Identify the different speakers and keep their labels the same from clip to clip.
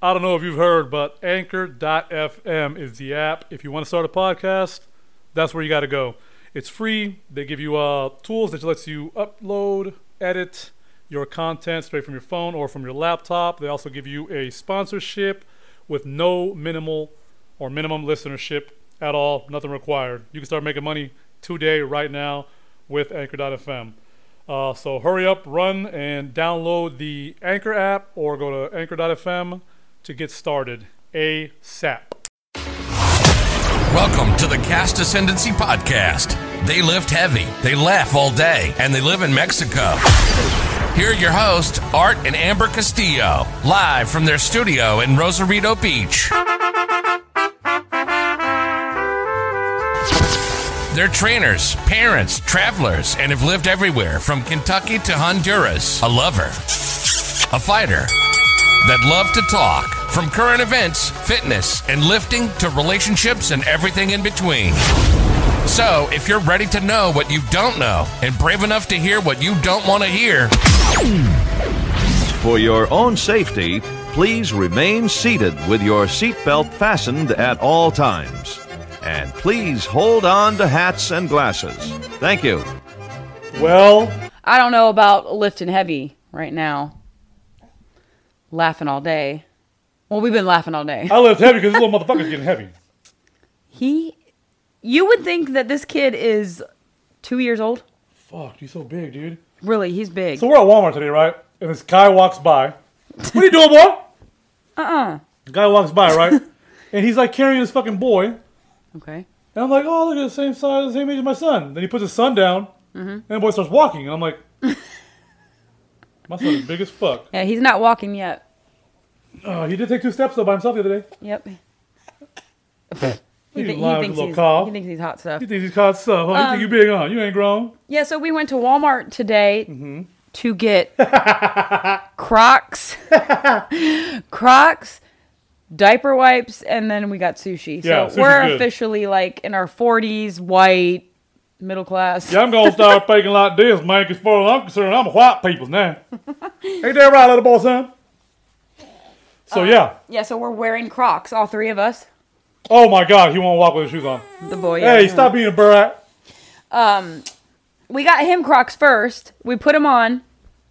Speaker 1: I don't know if you've heard, but Anchor.fm is the app. If you want to start a podcast, that's where you got to go. It's free. They give you uh, tools that lets you upload, edit your content straight from your phone or from your laptop. They also give you a sponsorship with no minimal or minimum listenership at all. Nothing required. You can start making money today, right now, with Anchor.fm. Uh, so hurry up, run, and download the Anchor app or go to Anchor.fm to get started ASAP.
Speaker 2: Welcome to the Cast Ascendancy Podcast. They lift heavy, they laugh all day, and they live in Mexico. Here are your hosts, Art and Amber Castillo, live from their studio in Rosarito Beach. They're trainers, parents, travelers, and have lived everywhere from Kentucky to Honduras. A lover, a fighter that love to talk. From current events, fitness, and lifting to relationships and everything in between. So, if you're ready to know what you don't know and brave enough to hear what you don't want to hear,
Speaker 3: For your own safety, please remain seated with your seatbelt fastened at all times. And please hold on to hats and glasses. Thank you.
Speaker 1: Well,
Speaker 4: I don't know about lifting heavy right now. Laughing all day. Well, we've been laughing all day.
Speaker 1: I lift heavy because this little motherfucker's getting heavy.
Speaker 4: He, you would think that this kid is two years old.
Speaker 1: Fuck, he's so big, dude.
Speaker 4: Really, he's big.
Speaker 1: So we're at Walmart today, right? And this guy walks by. What are you doing, boy? Uh uh The guy walks by, right? and he's like carrying his fucking boy. And
Speaker 4: okay.
Speaker 1: I'm like, oh, look at the same size, the same age as my son. Then he puts his son down,
Speaker 4: Mm-hmm.
Speaker 1: and the boy starts walking. And I'm like, my son is big as fuck.
Speaker 4: Yeah, he's not walking yet.
Speaker 1: Oh, he did take two steps though by himself the other day.
Speaker 4: Yep. He,
Speaker 1: You
Speaker 4: thi- he
Speaker 1: lying
Speaker 4: thinks
Speaker 1: little
Speaker 4: he's,
Speaker 1: cob.
Speaker 4: he thinks Um, he's hot stuff.
Speaker 1: You think he's caught stuff? Huh? you think you big, huh? You ain't grown.
Speaker 4: Yeah, so we went to Walmart today
Speaker 1: Mm-hmm.
Speaker 4: to get Crocs, Crocs, diaper wipes, and then we got sushi.
Speaker 1: Yeah,
Speaker 4: so
Speaker 1: sushi's
Speaker 4: we're
Speaker 1: good.
Speaker 4: officially like in our 40s, white, middle class.
Speaker 1: Yeah, I'm gonna start faking like this, man. As far as I'm concerned, I'm a white people now. ain't that right, little boy, son?
Speaker 4: Uh,
Speaker 1: So yeah.
Speaker 4: Yeah, so we're wearing Crocs, all three of us.
Speaker 1: Oh my God, he won't walk with his shoes on.
Speaker 4: The boy. yeah. Um,
Speaker 1: Hey, stop being a brat.
Speaker 4: We got him Crocs first. We put him on,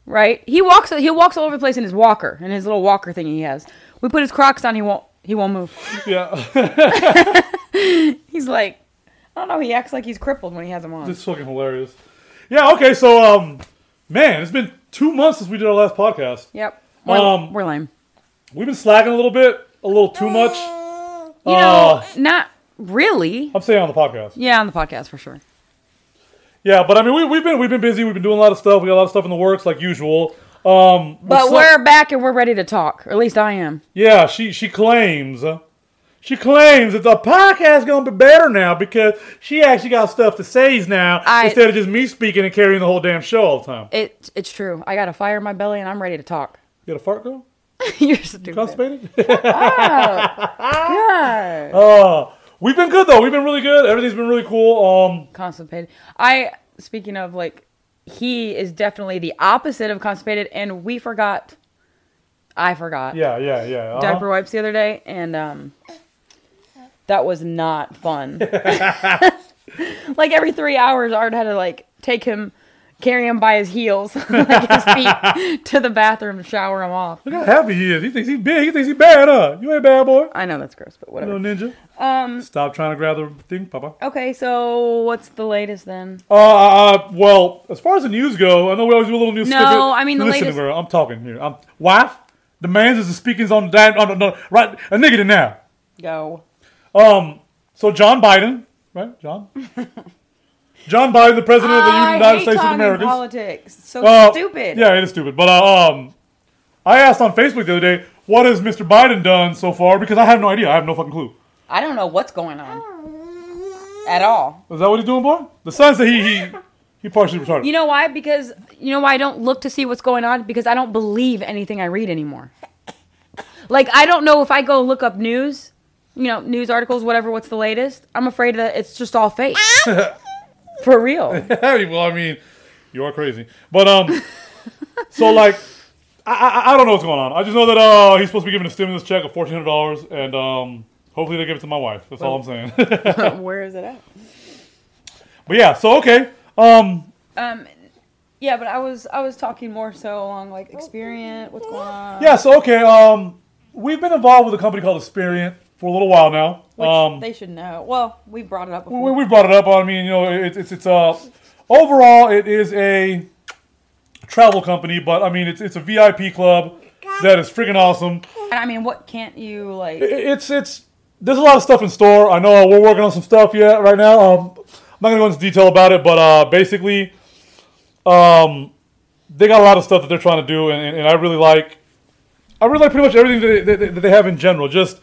Speaker 4: right? He walks. He walks all over the place in his walker, in his little walker thing he has. We put his Crocs on. He won't. He won't move.
Speaker 1: Yeah,
Speaker 4: He's like, I don't know. He acts like he's crippled when he has them on.
Speaker 1: it's fucking hilarious. Yeah, okay, so um, man, it's been two months since we did our last podcast.
Speaker 4: Yep. We're,
Speaker 1: Um,
Speaker 4: we're lame.
Speaker 1: We've been slacking a little bit, a little too much.
Speaker 4: Uh.
Speaker 1: uh,
Speaker 4: You know, not really.
Speaker 1: I'm saying on the podcast.
Speaker 4: Yeah, on the podcast for sure.
Speaker 1: Yeah, but I mean, we, we've been we've been busy. We've been doing a lot of stuff. We got a lot of stuff in the works, like usual. Um,
Speaker 4: But
Speaker 1: what's up-
Speaker 4: we're back and we're ready to talk. Or at least I am.
Speaker 1: Yeah, she she claims, uh, she claims that the podcast gonna be better now because she actually got stuff to say now
Speaker 4: I-
Speaker 1: instead of just me speaking and carrying the whole damn show all the time.
Speaker 4: It, it's true. I got a fire in my belly and I'm ready to talk.
Speaker 1: You got a fart, girl?
Speaker 4: You're stupid.
Speaker 1: Constipated?
Speaker 4: God.
Speaker 1: Oh, We've been good though. We've been really good. Everything's been really cool. Um,
Speaker 4: Constipated. I speaking of like, he is definitely the opposite of constipated, and we forgot. I forgot
Speaker 1: yeah, yeah, yeah. uh-huh.
Speaker 4: diaper wipes the other day, and um, that was not fun. like every three hours, Art had to like take him, carry him by his heels, like his feet, to the bathroom to shower him off.
Speaker 1: Look how happy he is. He thinks he's big. He thinks he's bad, huh? You ain't bad, boy.
Speaker 4: I know that's gross, but
Speaker 1: No
Speaker 4: whatever.
Speaker 1: ninja. Um, Stop trying to grab the thing, Papa.
Speaker 4: Okay, so what's the latest then?
Speaker 1: Uh, uh, well, as far as the news go, I know we always do a little news.
Speaker 4: No,
Speaker 1: snippet.
Speaker 4: I mean the
Speaker 1: Listen,
Speaker 4: latest-
Speaker 1: girl, I'm talking here. I'm wife. The man's is the speakings on the damn on the, on the- right a nigga to now.
Speaker 4: Go.
Speaker 1: So John Biden, right? John. John Biden, the president of the
Speaker 4: I
Speaker 1: United
Speaker 4: hate
Speaker 1: States of
Speaker 4: talking
Speaker 1: America.
Speaker 4: politics. It's So
Speaker 1: Uh,
Speaker 4: stupid.
Speaker 1: Yeah, it is stupid. But uh, um, I asked on Facebook the other day, what has Mr. Biden done so far? Because I have no idea. I have no fucking clue.
Speaker 4: I don't know what's going on at all.
Speaker 1: Is that what he's doing, boy? The son said he he he partially retarded.
Speaker 4: You know why? Because you know why I don't look to see what's going on because I don't believe anything I read anymore. Like I don't know if I go look up news, you know, news articles, whatever, what's the latest. I'm afraid that it's just all fake. For real.
Speaker 1: well, I mean, you are crazy. But um, so like, I, I, I don't know what's going on. I just know that uh, he's supposed to be giving a stimulus check of fourteen hundred dollars, and um, hopefully they give it to my wife. That's all I'm saying.
Speaker 5: Where is it at?
Speaker 1: but yeah, so okay. Um,
Speaker 4: Yeah, but I was I was talking more so along like experience, what's going on.
Speaker 1: yeah, so okay. Um, we've been involved with a company called Experian for a little while now.
Speaker 4: Which
Speaker 1: um,
Speaker 4: they should know. Well, we brought it up before.
Speaker 1: we, we brought it up. I mean, you know, it, it's it's uh overall it is a travel company, but I mean it's it's a VIP club that is freaking awesome.
Speaker 4: And I mean, what can't you like?
Speaker 1: I- It's it's there's a lot of stuff in store. I know uh, we're working on some stuff yet right now. Um, I'm not gonna go into detail about it, but uh, basically, um, they got a lot of stuff that they're trying to do, and, and, and I really like. I really like pretty much everything that they, that, that they have in general. Just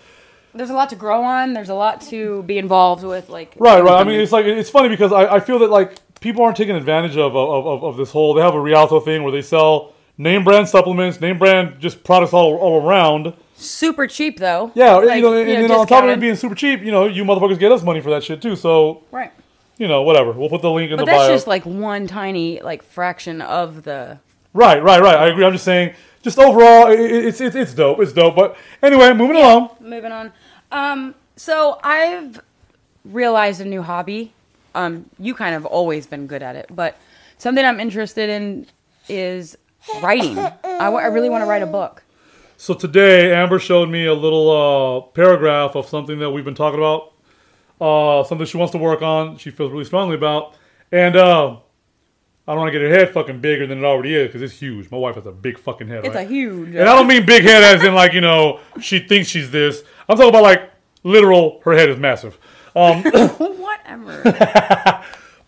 Speaker 4: There's a lot to grow on. There's a lot to be involved with. Like
Speaker 1: Right, right. I mean, it's like it's funny because I, I feel that like people aren't taking advantage of of, of of this whole. They have a Rialto thing where they sell name brand supplements, name brand just products all all around.
Speaker 4: super cheap though.
Speaker 1: Yeah,
Speaker 4: Like,
Speaker 1: you know, and, then on top of it
Speaker 4: discounted.
Speaker 1: being super cheap, you know, you motherfuckers get us money for that shit too. So
Speaker 4: right.
Speaker 1: you know, whatever. We'll put the link in
Speaker 4: But
Speaker 1: the
Speaker 4: that's
Speaker 1: bio.
Speaker 4: just like one tiny like fraction of the.
Speaker 1: right, right, right. I agree. I'm just saying. Just overall, i i- it's it's it's dope. It's dope. But anyway, moving along.
Speaker 4: Moving on. Um. So I've realized a new hobby. Um. You kind of always been good at it, but something I'm interested in is writing. I wa- I really want to write a book.
Speaker 1: So today, Amber showed me a little uh, paragraph of something that we've been talking about, uh, something she wants to work on. She feels really strongly about, and uh, I don't want to get her head fucking bigger than it already is because it's huge. My wife has a big fucking head.
Speaker 4: It's
Speaker 1: right?
Speaker 4: a huge.
Speaker 1: And I don't mean big head as in like you know she thinks she's this. I'm talking about like literal. Her head is massive. Um,
Speaker 4: Whatever.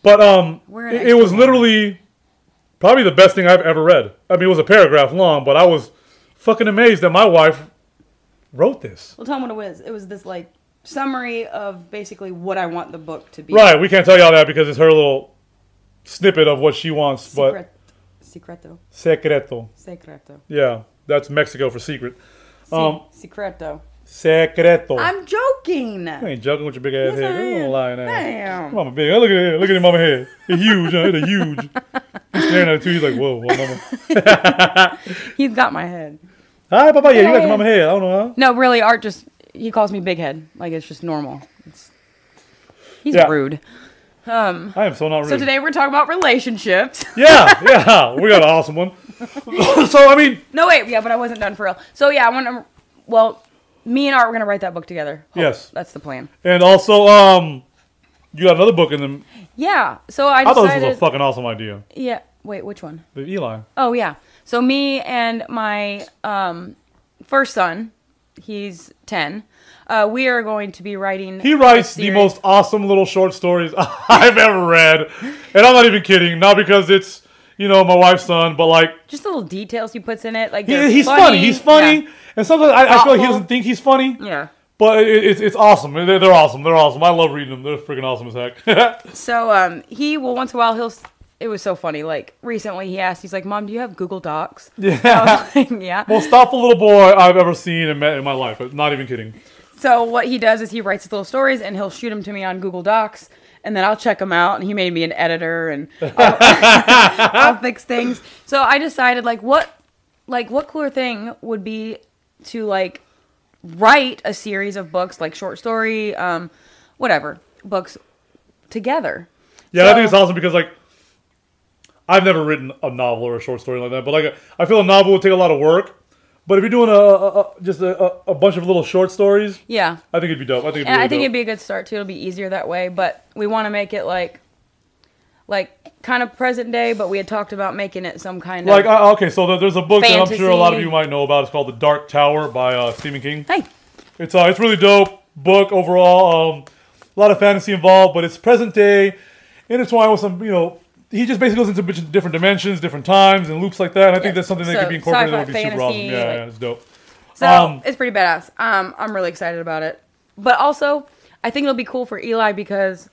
Speaker 1: But um,
Speaker 4: Where an
Speaker 1: it, it
Speaker 4: extra
Speaker 1: was literally probably the best thing I've ever read. I mean, it was a paragraph long, but I was fucking amazed that my wife wrote this.
Speaker 4: well, tell them what it was. It was this like summary of basically what I want the book to be.
Speaker 1: Right, we can't tell y'all that because it's her little snippet of what she wants,
Speaker 4: Secret, secreto,
Speaker 1: but secreto.
Speaker 4: secreto,
Speaker 1: Yeah, that's Mexico for secret. Um,
Speaker 4: secreto.
Speaker 1: secreto.
Speaker 4: I'm joking.
Speaker 1: you ain't joking with your big ass head.
Speaker 4: I
Speaker 1: You don't
Speaker 4: am.
Speaker 1: lie now.
Speaker 4: Damn.
Speaker 1: Mama big. Look at it. Look at it, mama head. It's huge. Huh? It's huge. He's staring at it too. He's like, whoa, whoa, mama.
Speaker 4: He's got my head.
Speaker 1: Hi, papa. Yeah, you got your mama head. I don't know. Huh?
Speaker 4: No, really, Art just he calls me big head. Like it's just normal. It's, he's
Speaker 1: Yeah.
Speaker 4: rude.
Speaker 1: I am so not rude.
Speaker 4: So today we're talking about relationships.
Speaker 1: yeah, yeah. We got an awesome one. so, I mean,
Speaker 4: no, wait, yeah, but I wasn't done for real. So yeah, I want to. Well, me and Art we're gonna write that book together. Hope-
Speaker 1: Yes.
Speaker 4: that's the plan.
Speaker 1: and also, um, you got another book in them.
Speaker 4: Yeah. So I
Speaker 1: I
Speaker 4: decided.
Speaker 1: thought this was a fucking awesome idea.
Speaker 4: yeah. Wait, which one?
Speaker 1: The Eli.
Speaker 4: Oh yeah. So me and my um, first son, he's ten. Uh, we are going to be writing.
Speaker 1: He
Speaker 4: a
Speaker 1: writes the
Speaker 4: series-
Speaker 1: most awesome little short stories I've ever read, and I'm not even kidding. Not because it's you know my wife's son, but like
Speaker 4: just little details he puts in it. Like
Speaker 1: he,
Speaker 4: they're
Speaker 1: he's funny. He's funny,
Speaker 4: Yeah.
Speaker 1: and sometimes I, I feel like he
Speaker 4: Thoughtful.
Speaker 1: doesn't think he's funny.
Speaker 4: Yeah.
Speaker 1: But it, it's it's awesome. They're, they're awesome. They're awesome. I love reading them. They're freaking awesome as heck.
Speaker 4: So um, he will once in a while he'll. s- It was so funny. Like recently, he asked, he's like, "Mom, do you have Google Docs?"
Speaker 1: yeah,
Speaker 4: yeah.
Speaker 1: most thoughtful little boy I've ever seen and met in my life. I'm not even kidding.
Speaker 4: So what he does is he writes his little stories and he'll shoot them to me on Google Docs, and then I'll check them out. And he made me an editor, and I'll, I'll fix things. So I decided like what, like what cooler thing would be to like write a series of books, like short story, um, whatever books together.
Speaker 1: Yeah, I think it's
Speaker 4: So-
Speaker 1: awesome because like I've never written a novel or a short story like that, but like I feel a novel would take a lot of work. But if you're doing a, a, a just a, a- a bunch of little short stories,
Speaker 4: Yeah.
Speaker 1: I think it'd be dope. I think it'd be,
Speaker 4: And
Speaker 1: really
Speaker 4: I think
Speaker 1: dope.
Speaker 4: it'd be a good start too. It'll be easier that way, but we want to make it like, like kind of present day. But we had talked about making it some kind
Speaker 1: like uh,
Speaker 4: of
Speaker 1: I, okay. So there- there's a book that I'm sure a lot of
Speaker 4: Fantasy.
Speaker 1: you might know about. It's called The Dark Tower by uh, Stephen King.
Speaker 4: hey,
Speaker 1: It's uh, it's really dope book overall. Um, a lot of fantasy involved, but it's present day, intertwined with some you know. He just basically goes into a bunch of different dimensions, different times, and loops like that. And I think
Speaker 4: Yeah.
Speaker 1: that's something that
Speaker 4: So,
Speaker 1: could be incorporated. That would be
Speaker 4: sci-fi,
Speaker 1: super awesome.
Speaker 4: fantasy,
Speaker 1: Yeah,
Speaker 4: like-
Speaker 1: yeah, it's dope.
Speaker 4: so
Speaker 1: um,
Speaker 4: it's pretty badass. Um, I'm really excited about it. But also, I think it'll be cool for Eli because,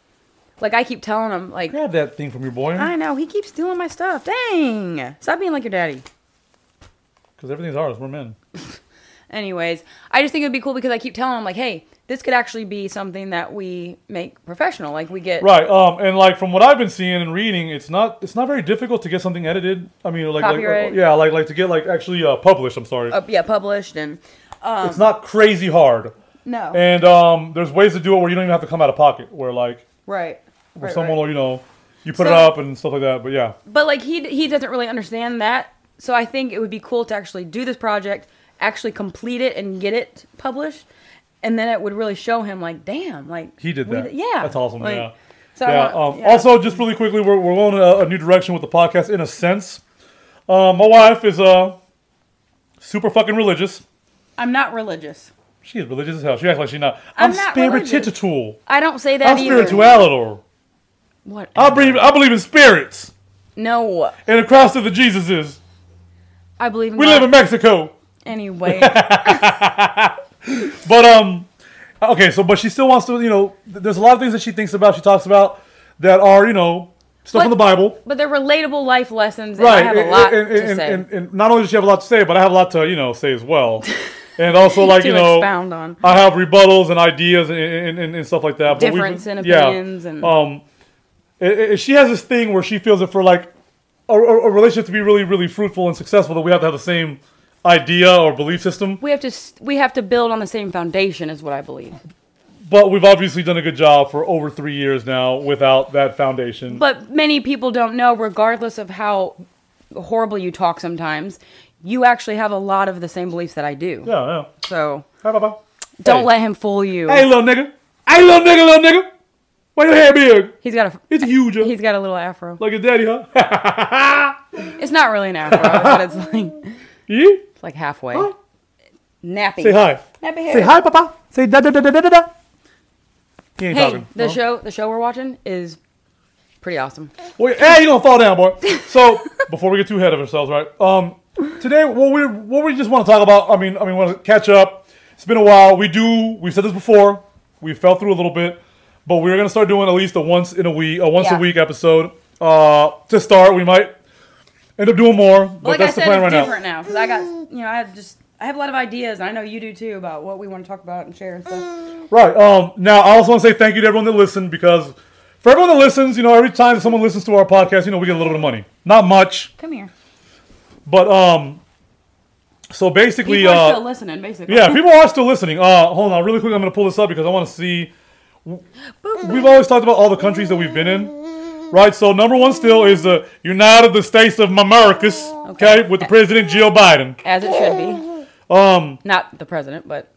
Speaker 4: like, I keep telling him like,
Speaker 1: Grab that thing from your boy,
Speaker 4: I know he keeps stealing my stuff. Dang, stop being like your daddy.
Speaker 1: because everything's ours. We're men.
Speaker 4: Anyways, I just think it'd be cool because I keep telling him like, hey, this could actually be something that we make professional. Like we get
Speaker 1: Right. Um, and like from what I've been seeing and reading, it's not it's not very difficult to get something edited. I mean, like, like
Speaker 4: Copyright.
Speaker 1: yeah, like like to get like actually uh, published. I'm sorry,
Speaker 4: uh, yeah published and
Speaker 1: it's not crazy hard.
Speaker 4: no
Speaker 1: And um, there's ways to do it where you don't even have to come out of pocket. Where like
Speaker 4: right.
Speaker 1: where
Speaker 4: Right,
Speaker 1: someone
Speaker 4: right.
Speaker 1: will you know you put
Speaker 4: So-
Speaker 1: it up and stuff like that. But yeah,
Speaker 4: but like he he doesn't really understand that so i think it would be cool to actually do this project actually complete it and get it published and then it would really show him like damn like
Speaker 1: he did
Speaker 4: we
Speaker 1: that.
Speaker 4: yeah
Speaker 1: that's awesome.
Speaker 4: like,
Speaker 1: yeah.
Speaker 4: so I
Speaker 1: Yeah,
Speaker 4: want-
Speaker 1: um,
Speaker 4: yeah.
Speaker 1: Also, just really quickly, we're, we're going in a, a new direction with the podcast in a sense. Uh, my wife is uh, super fucking religious.
Speaker 4: i'm not religious
Speaker 1: She is religious as hell. She acts like she's not.
Speaker 4: I'm
Speaker 1: I'm,
Speaker 4: not
Speaker 1: spirititual.
Speaker 4: i don't say that
Speaker 1: I'm
Speaker 4: either
Speaker 1: spirituality.
Speaker 4: what
Speaker 1: I believe, I believe in spirits.
Speaker 4: no
Speaker 1: And the cross of the Jesus is.
Speaker 4: i believe in
Speaker 1: We
Speaker 4: God.
Speaker 1: live in Mexico.
Speaker 4: anyway
Speaker 1: But, um, okay, so, but she still wants to, you know, th- there's a lot of things that she thinks about, she talks about that are, you know, stuff
Speaker 4: But-
Speaker 1: in the Bible.
Speaker 4: but they're relatable life lessons and
Speaker 1: Right.
Speaker 4: i have
Speaker 1: and-
Speaker 4: a lot
Speaker 1: and,
Speaker 4: to
Speaker 1: and,
Speaker 4: say
Speaker 1: and- and not only does she have a lot to say, but I have a lot to, you know, say as well. And also, like,
Speaker 4: to
Speaker 1: you know,
Speaker 4: expound on
Speaker 1: I have rebuttals and ideas and, and, and, and stuff like that. but we've-
Speaker 4: difference in
Speaker 1: yeah.
Speaker 4: opinions and
Speaker 1: um, it, it- she has this thing where she feels that for like a, a, a relationship to be really, really fruitful and successful, that we have to have the same idea or belief system.
Speaker 4: we have to s- we have to build on the same foundation is what i believe
Speaker 1: But we've obviously done a good job for over three years now without that foundation.
Speaker 4: But many people don't know, regardless of how horrible you talk sometimes, you actually have a lot of the same beliefs that I do.
Speaker 1: yeah, yeah.
Speaker 4: So
Speaker 1: Hi, bye, bye.
Speaker 4: don't
Speaker 1: Hey.
Speaker 4: let him fool you.
Speaker 1: Hey, little nigga. Hey, little nigga, little nigga. Why your hair big?
Speaker 4: He's got a
Speaker 1: It's huge. huh?
Speaker 4: he's got a little afro.
Speaker 1: like your daddy, huh?
Speaker 4: It's not really an afro, but it's like
Speaker 1: yeah.
Speaker 4: it's like halfway. Nappy.
Speaker 1: Say hi.
Speaker 4: Nappy hair.
Speaker 1: Say hi, papa. Say da da da da da da. da. He ain't
Speaker 4: Hey,
Speaker 1: talking.
Speaker 4: the
Speaker 1: Huh?
Speaker 4: show the show we're watching is pretty awesome.
Speaker 1: Well, hey, you gonna fall down, boy. So before we get too ahead of ourselves, right? Um, today what we what we just want to talk about. I mean, I mean, want to catch up. It's been a while. We do. We've said this before. We fell through a little bit, but we're gonna start doing at least a once in a week, a once
Speaker 4: Yeah.
Speaker 1: a week episode. Uh, to start, we might end up doing more, but
Speaker 4: like
Speaker 1: that's
Speaker 4: I
Speaker 1: the
Speaker 4: said,
Speaker 1: plan
Speaker 4: it's
Speaker 1: right
Speaker 4: different
Speaker 1: now.
Speaker 4: now because I got you know I have just I have a lot of ideas and I know you do too about what we want to talk about and share and stuff.
Speaker 1: Right. Um. Now, I also want to say thank you to everyone that listened because for everyone that listens, you know, every time someone listens to our podcast, you know, we get a little bit of money. Not much,
Speaker 4: Come here.
Speaker 1: but um. So basically,
Speaker 4: People are
Speaker 1: uh,
Speaker 4: still listening, basically.
Speaker 1: Yeah, people are still listening. Uh, hold on, really quick. I'm gonna pull this up because I want to see. We've always talked about all the countries that we've been in, right? So number one still is the United the States of Americas, okay, with the president Joe Biden.
Speaker 4: As it should be. Um, not the president, but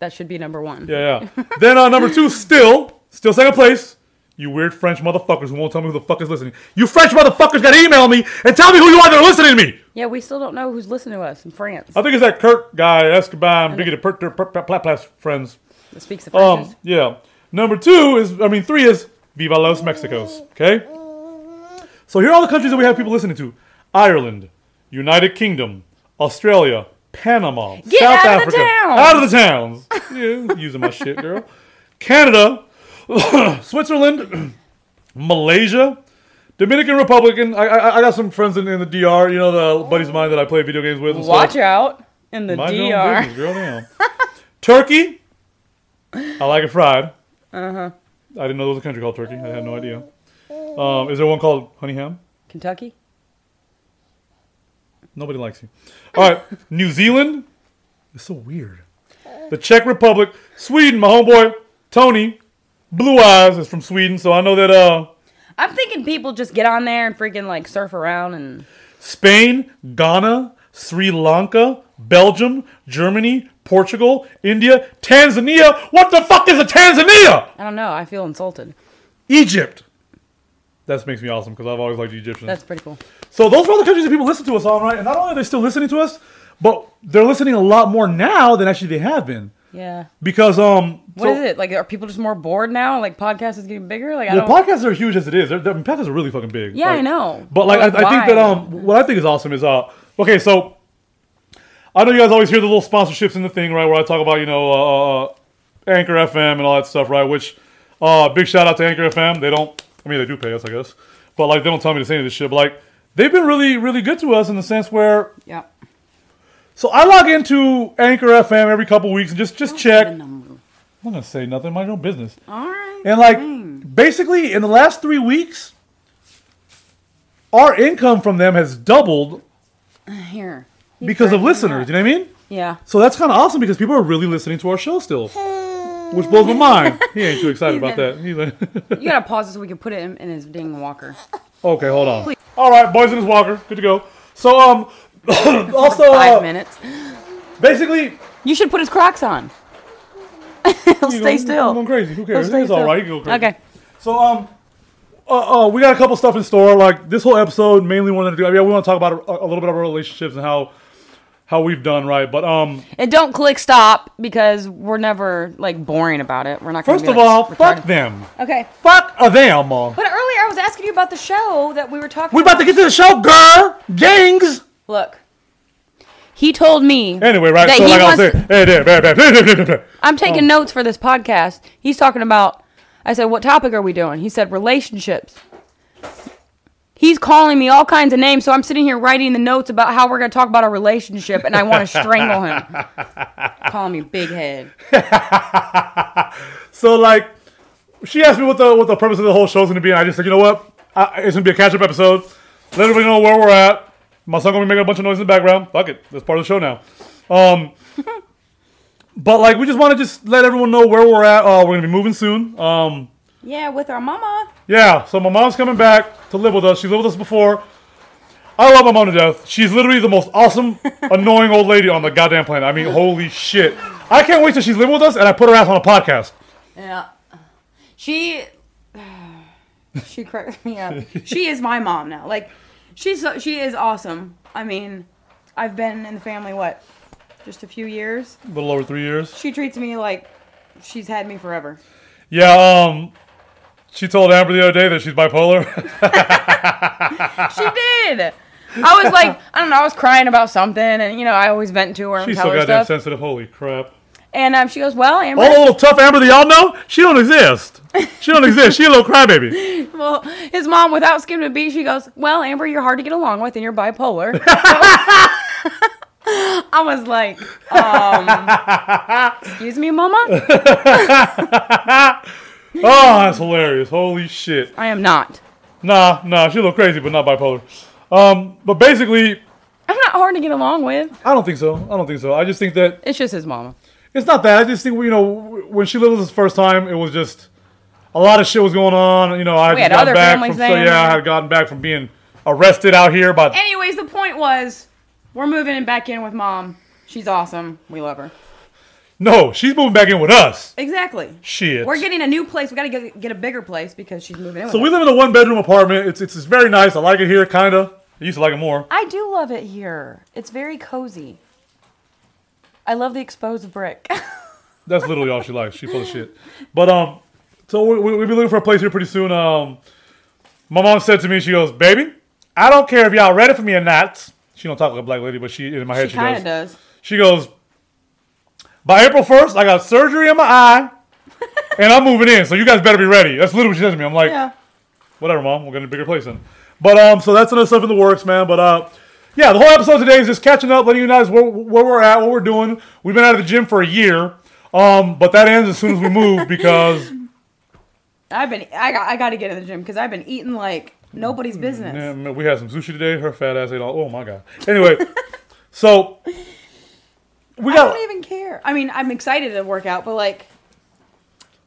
Speaker 4: that should be number one.
Speaker 1: Yeah, yeah. then uh, number two still, still second place. You weird French motherfuckers who won't tell me who the fuck is listening. You French motherfuckers gotta email me and tell me who you are that are listening to me.
Speaker 4: Yeah, we still don't know who's listening to us in France.
Speaker 1: I think it's that Kirk guy, Escobar, and Biggity Pert, Pert, Pert, Pert, Plat, Plat friends.
Speaker 4: That speaks the French.
Speaker 1: Um, yeah. Number two is, I mean, three is Viva Los Mexicos. Okay. So here are all the countries that we have people listening to: Ireland, United Kingdom, Australia, Panama, South
Speaker 4: out of
Speaker 1: Africa,
Speaker 4: the towns.
Speaker 1: out of the towns. Yeah, using my shit, girl. Canada, Switzerland, Malaysia. Dominican Republican. I, I I got some friends in, in the DR. You know the buddies of mine that I play video games with. And
Speaker 4: Watch
Speaker 1: stuff.
Speaker 4: out in the
Speaker 1: Mind your own
Speaker 4: DR.
Speaker 1: business, girl, now. Turkey. I like it fried. Uh huh. I didn't know there was a country called Turkey. I had no idea. Um, is there one called Honey Ham?
Speaker 4: Kentucky?
Speaker 1: Nobody likes you. All right, New Zealand. It's so weird. The Czech Republic, Sweden. My homeboy Tony, Blue Eyes is from Sweden, so I know that. Uh,
Speaker 4: I'm thinking people just get on there and freaking like surf around and
Speaker 1: Spain, Ghana, Sri Lanka, Belgium, Germany, Portugal, India, Tanzania. What the fuck is a Tanzania?
Speaker 4: I don't know. I feel insulted.
Speaker 1: Egypt. That makes me awesome because I've always liked Egyptians.
Speaker 4: That's pretty cool.
Speaker 1: so those are all the countries that people listen to us on, right? And not only are they still listening to us, but they're listening a lot more now than actually they have been
Speaker 4: Yeah.
Speaker 1: because um.
Speaker 4: What is it? Like, are people just more bored now? Like, podcast is getting bigger? Like, I
Speaker 1: The
Speaker 4: don't.
Speaker 1: podcasts are huge as it is. They're, they're, podcasts are really fucking big.
Speaker 4: Yeah, I
Speaker 1: Like,
Speaker 4: know.
Speaker 1: But like, I, I think that
Speaker 4: Why?
Speaker 1: um, what I think is awesome is uh, okay, so I know you guys always hear the little sponsorships in the thing, right? Where I talk about you know uh, Anchor FM and all that stuff, right? Which uh, big shout out to Anchor FM. They don't, I mean, they do pay us, I guess, but like they don't tell me to say any of this shit. But like, they've been really, really good to us in the sense where
Speaker 4: yeah.
Speaker 1: so I log into Anchor FM every couple weeks and just just check. I'm not gonna say nothing. Mind your own business.
Speaker 4: All right.
Speaker 1: And like
Speaker 4: fine.
Speaker 1: basically in the last three weeks, our income from them has doubled
Speaker 4: here. You
Speaker 1: because of
Speaker 4: crack me
Speaker 1: listeners. You
Speaker 4: up.
Speaker 1: know what I mean?
Speaker 4: Yeah.
Speaker 1: So that's kind of awesome because people are really listening to our show still,
Speaker 4: Hmm.
Speaker 1: which blows my mind. He ain't too excited about that. He's like-
Speaker 4: You gotta pause this so we can put it in, in his ding walker.
Speaker 1: okay, hold on. All right, boys in his walker, good to go. So um, also
Speaker 4: Five
Speaker 1: uh,
Speaker 4: minutes.
Speaker 1: basically
Speaker 4: You should put his Crocs on. He'll
Speaker 1: you
Speaker 4: stay
Speaker 1: know, I'm
Speaker 4: still.
Speaker 1: going crazy. Who
Speaker 4: He'll
Speaker 1: cares?
Speaker 4: stay
Speaker 1: It's all
Speaker 4: still.
Speaker 1: right. You can go crazy.
Speaker 4: Okay.
Speaker 1: So um, uh, uh, we got a couple stuff in store. Like this whole episode, mainly wanted to do. I mean, we want to talk about a, a little bit of our relationships and how how we've done right. But um,
Speaker 4: And don't click stop because we're never like boring about it. We're not. Gonna
Speaker 1: first
Speaker 4: be,
Speaker 1: of
Speaker 4: like,
Speaker 1: all,
Speaker 4: retarded.
Speaker 1: fuck them.
Speaker 4: Okay.
Speaker 1: Fuck a them. Uh,
Speaker 4: But earlier I was asking you about the show that we were talking.
Speaker 1: we about to get to the show, girl. Gangs.
Speaker 4: Look. He told me.
Speaker 1: Anyway, right.
Speaker 4: That
Speaker 1: so
Speaker 4: he
Speaker 1: like I was
Speaker 4: wants-
Speaker 1: saying, hey, there, there, there, there, there, there, there.
Speaker 4: I'm taking notes for this podcast. He's talking about. I said, "What topic are we doing?" He said, "Relationships." He's calling me all kinds of names, so I'm sitting here writing the notes about how we're going to talk about our relationship, and I want to strangle him. Call me big head.
Speaker 1: So like, she asked me what the what the purpose of the whole show's gonna be, and I just said, you know what, I, it's gonna be a catch up episode. Let everybody know where we're at. My son gonna be making a bunch of noise in the background. Fuck it, that's part of the show now. Um, but like, we just want to just let everyone know where we're at. Uh, we're gonna be moving soon. Um,
Speaker 4: Yeah, with our mama.
Speaker 1: yeah. So my mom's coming back to live with us. She lived with us before. I love my mom to death. She's literally the most awesome, annoying old lady on the goddamn planet. I mean, holy shit. I can't wait till she's living with us and I put her ass on a podcast.
Speaker 4: Yeah. She she cracks me up. She is my mom now. Like she's so- she is awesome. I mean, I've been in the family what? Just a few years.
Speaker 1: A little over three years.
Speaker 4: She treats me like she's had me forever.
Speaker 1: Yeah, um, she told Amber the other day that she's bipolar.
Speaker 4: She did. I was like, I don't know, I was crying about something and you know, I always vent to her and
Speaker 1: she's so
Speaker 4: tell her
Speaker 1: goddamn
Speaker 4: stuff.
Speaker 1: sensitive. Holy crap.
Speaker 4: And um, she goes, "Well, Amber,
Speaker 1: Oh, little tough Amber that y'all know, she don't exist. She don't exist. She a little crybaby.
Speaker 4: well, his mom without skipping a beat, she goes, "Well, Amber, you're hard to get along with, and you're bipolar." I was like, um, "Excuse me, Mama,
Speaker 1: Oh, that's hilarious. Holy shit.
Speaker 4: I am not.
Speaker 1: Nah, nah, she a little crazy, but not bipolar. Um, but basically,
Speaker 4: I'm not hard to get along with.
Speaker 1: I don't think so. I don't think so. I just think that
Speaker 4: It's just his mama."
Speaker 1: it's not that. I just think you know when she lived with us the first time, it was just a lot of shit was going on. You know, I
Speaker 4: had
Speaker 1: just got
Speaker 4: other
Speaker 1: back
Speaker 4: families
Speaker 1: from so
Speaker 4: there.
Speaker 1: yeah, I had gotten back from being arrested out here by
Speaker 4: Anyways, the point was, we're moving in back in with Mom. She's awesome. We love her.
Speaker 1: no, she's moving back in with us.
Speaker 4: Exactly.
Speaker 1: Shit.
Speaker 4: We're getting a new place. We got to get, get a bigger place because she's moving in. With
Speaker 1: So we
Speaker 4: us.
Speaker 1: live in a one bedroom apartment. It's, it's it's very nice. I like it here, kinda. I used to like it more.
Speaker 4: I do love it here. It's very cozy. I love the exposed brick.
Speaker 1: That's literally all she likes. She full of shit. But um, so we we will be looking for a place here pretty soon. Um, my mom said to me, she goes, "Baby, I don't care if y'all ready for me or not." She don't talk like a black lady, but she in my head
Speaker 4: she
Speaker 1: she,
Speaker 4: kind
Speaker 1: does.
Speaker 4: of does.
Speaker 1: She goes, "By April first, I got surgery in my eye, and I'm moving in. So you guys better be ready." That's literally what she says to me. I'm like,
Speaker 4: Yeah.
Speaker 1: whatever, mom. We're getting a bigger place in. But um, so that's another stuff in the works, man. But uh, yeah, the whole episode today is just catching up, letting you guys where, where we're at, what we're doing. We've been out of the gym for a year, um, but that ends as soon as we move because
Speaker 4: I've been I got I got to get in the gym because I've been eating like nobody's
Speaker 1: Mm-hmm.
Speaker 4: business.
Speaker 1: man, we had some sushi today. Her fat ass ate all. Oh my god. Anyway, so we
Speaker 4: I
Speaker 1: got
Speaker 4: don't even care. I mean, I'm excited to work out, but like,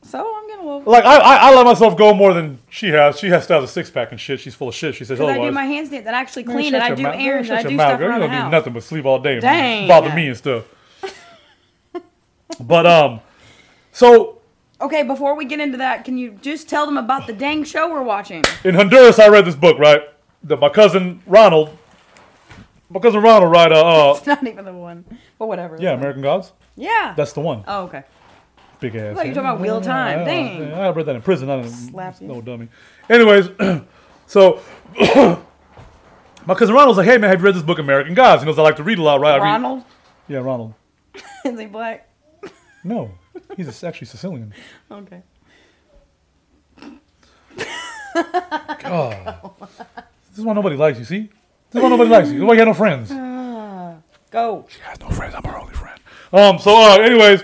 Speaker 4: so I'm gonna love.
Speaker 1: like I, I I let myself go more than she has. She has to have a six pack and shit. She's full of shit. She says
Speaker 4: Because I
Speaker 1: otherwise.
Speaker 4: do my handstand, that I actually
Speaker 1: Man,
Speaker 4: clean,
Speaker 1: shut
Speaker 4: and I
Speaker 1: your
Speaker 4: do
Speaker 1: mouth. Man,
Speaker 4: errands, and I
Speaker 1: shut
Speaker 4: do
Speaker 1: your mouth,
Speaker 4: stuff
Speaker 1: girl.
Speaker 4: around
Speaker 1: You
Speaker 4: the
Speaker 1: don't do
Speaker 4: house.
Speaker 1: nothing but sleep all day.
Speaker 4: Dang.
Speaker 1: And bother me and stuff. but um, so
Speaker 4: Okay, before we get into that, can you just tell them about the dang show we're watching?
Speaker 1: in Honduras, I read this book right that my cousin Ronald, my cousin Ronald, right? Uh, uh
Speaker 4: It's not even the one, but whatever.
Speaker 1: yeah, American Gods.
Speaker 4: Yeah.
Speaker 1: That's the one.
Speaker 4: oh, okay.
Speaker 1: Big ass.
Speaker 4: thought you were talking about Wheel Time.
Speaker 1: Yeah,
Speaker 4: Dang.
Speaker 1: yeah, Oh, I read that in prison. I
Speaker 4: Slap
Speaker 1: didn't,
Speaker 4: you.
Speaker 1: no dummy. Anyways, so my cousin Ronald's like, hey man, have you read this book, American Gods? He knows I like to read a lot, right? I read-
Speaker 4: Ronald
Speaker 1: yeah, Ronald.
Speaker 4: is he black?
Speaker 1: No, he's actually Sicilian.
Speaker 4: Okay.
Speaker 1: This is why nobody likes you, see? This is why nobody likes you. This is why you had no friends. You
Speaker 4: Go.
Speaker 1: has no friends. I'm her only friend. Um, so, uh, anyways.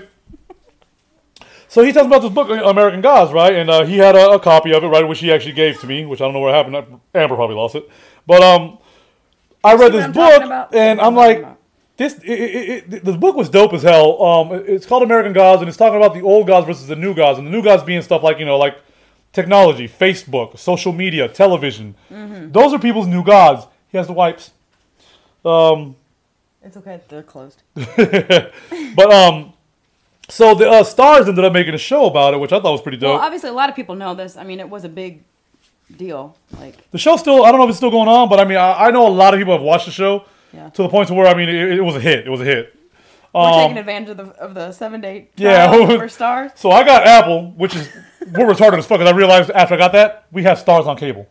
Speaker 1: So he tells me about this book, American Gods, right? And uh, he had a, a copy of it, right, which he actually gave to me, which I don't know where it happened. Amber probably lost it, but um, I read
Speaker 4: See what
Speaker 1: this
Speaker 4: I'm talking
Speaker 1: book,
Speaker 4: about?
Speaker 1: and
Speaker 4: What
Speaker 1: I'm
Speaker 4: I'm talking
Speaker 1: like,
Speaker 4: about.
Speaker 1: this it, it, it, this book was dope as hell. Um, it- it's called American Gods, and it's talking about the old gods versus the new gods, and the new gods being stuff like you know, like technology, Facebook, social media, television.
Speaker 5: Mm-hmm.
Speaker 1: Those are people's new gods. He has the wipes. Um,
Speaker 5: It's okay. They're closed.
Speaker 1: but um, so the uh, stars ended up making a show about it, which I thought was pretty dope.
Speaker 5: Well, obviously, a lot of people know this. I mean, it was a big deal. Like,
Speaker 1: The show's still, I don't know if it's still going on, but I mean, I, I know a lot of people have watched the show
Speaker 5: Yeah.
Speaker 1: to the point to where, I mean, it, it was a hit. It was a hit.
Speaker 5: we're taking advantage of the of the seven day
Speaker 1: um, Yeah.
Speaker 5: trial for stars.
Speaker 1: So I got Apple, which is, we're retarded as fuck because I realized after I got that, we have stars on cable.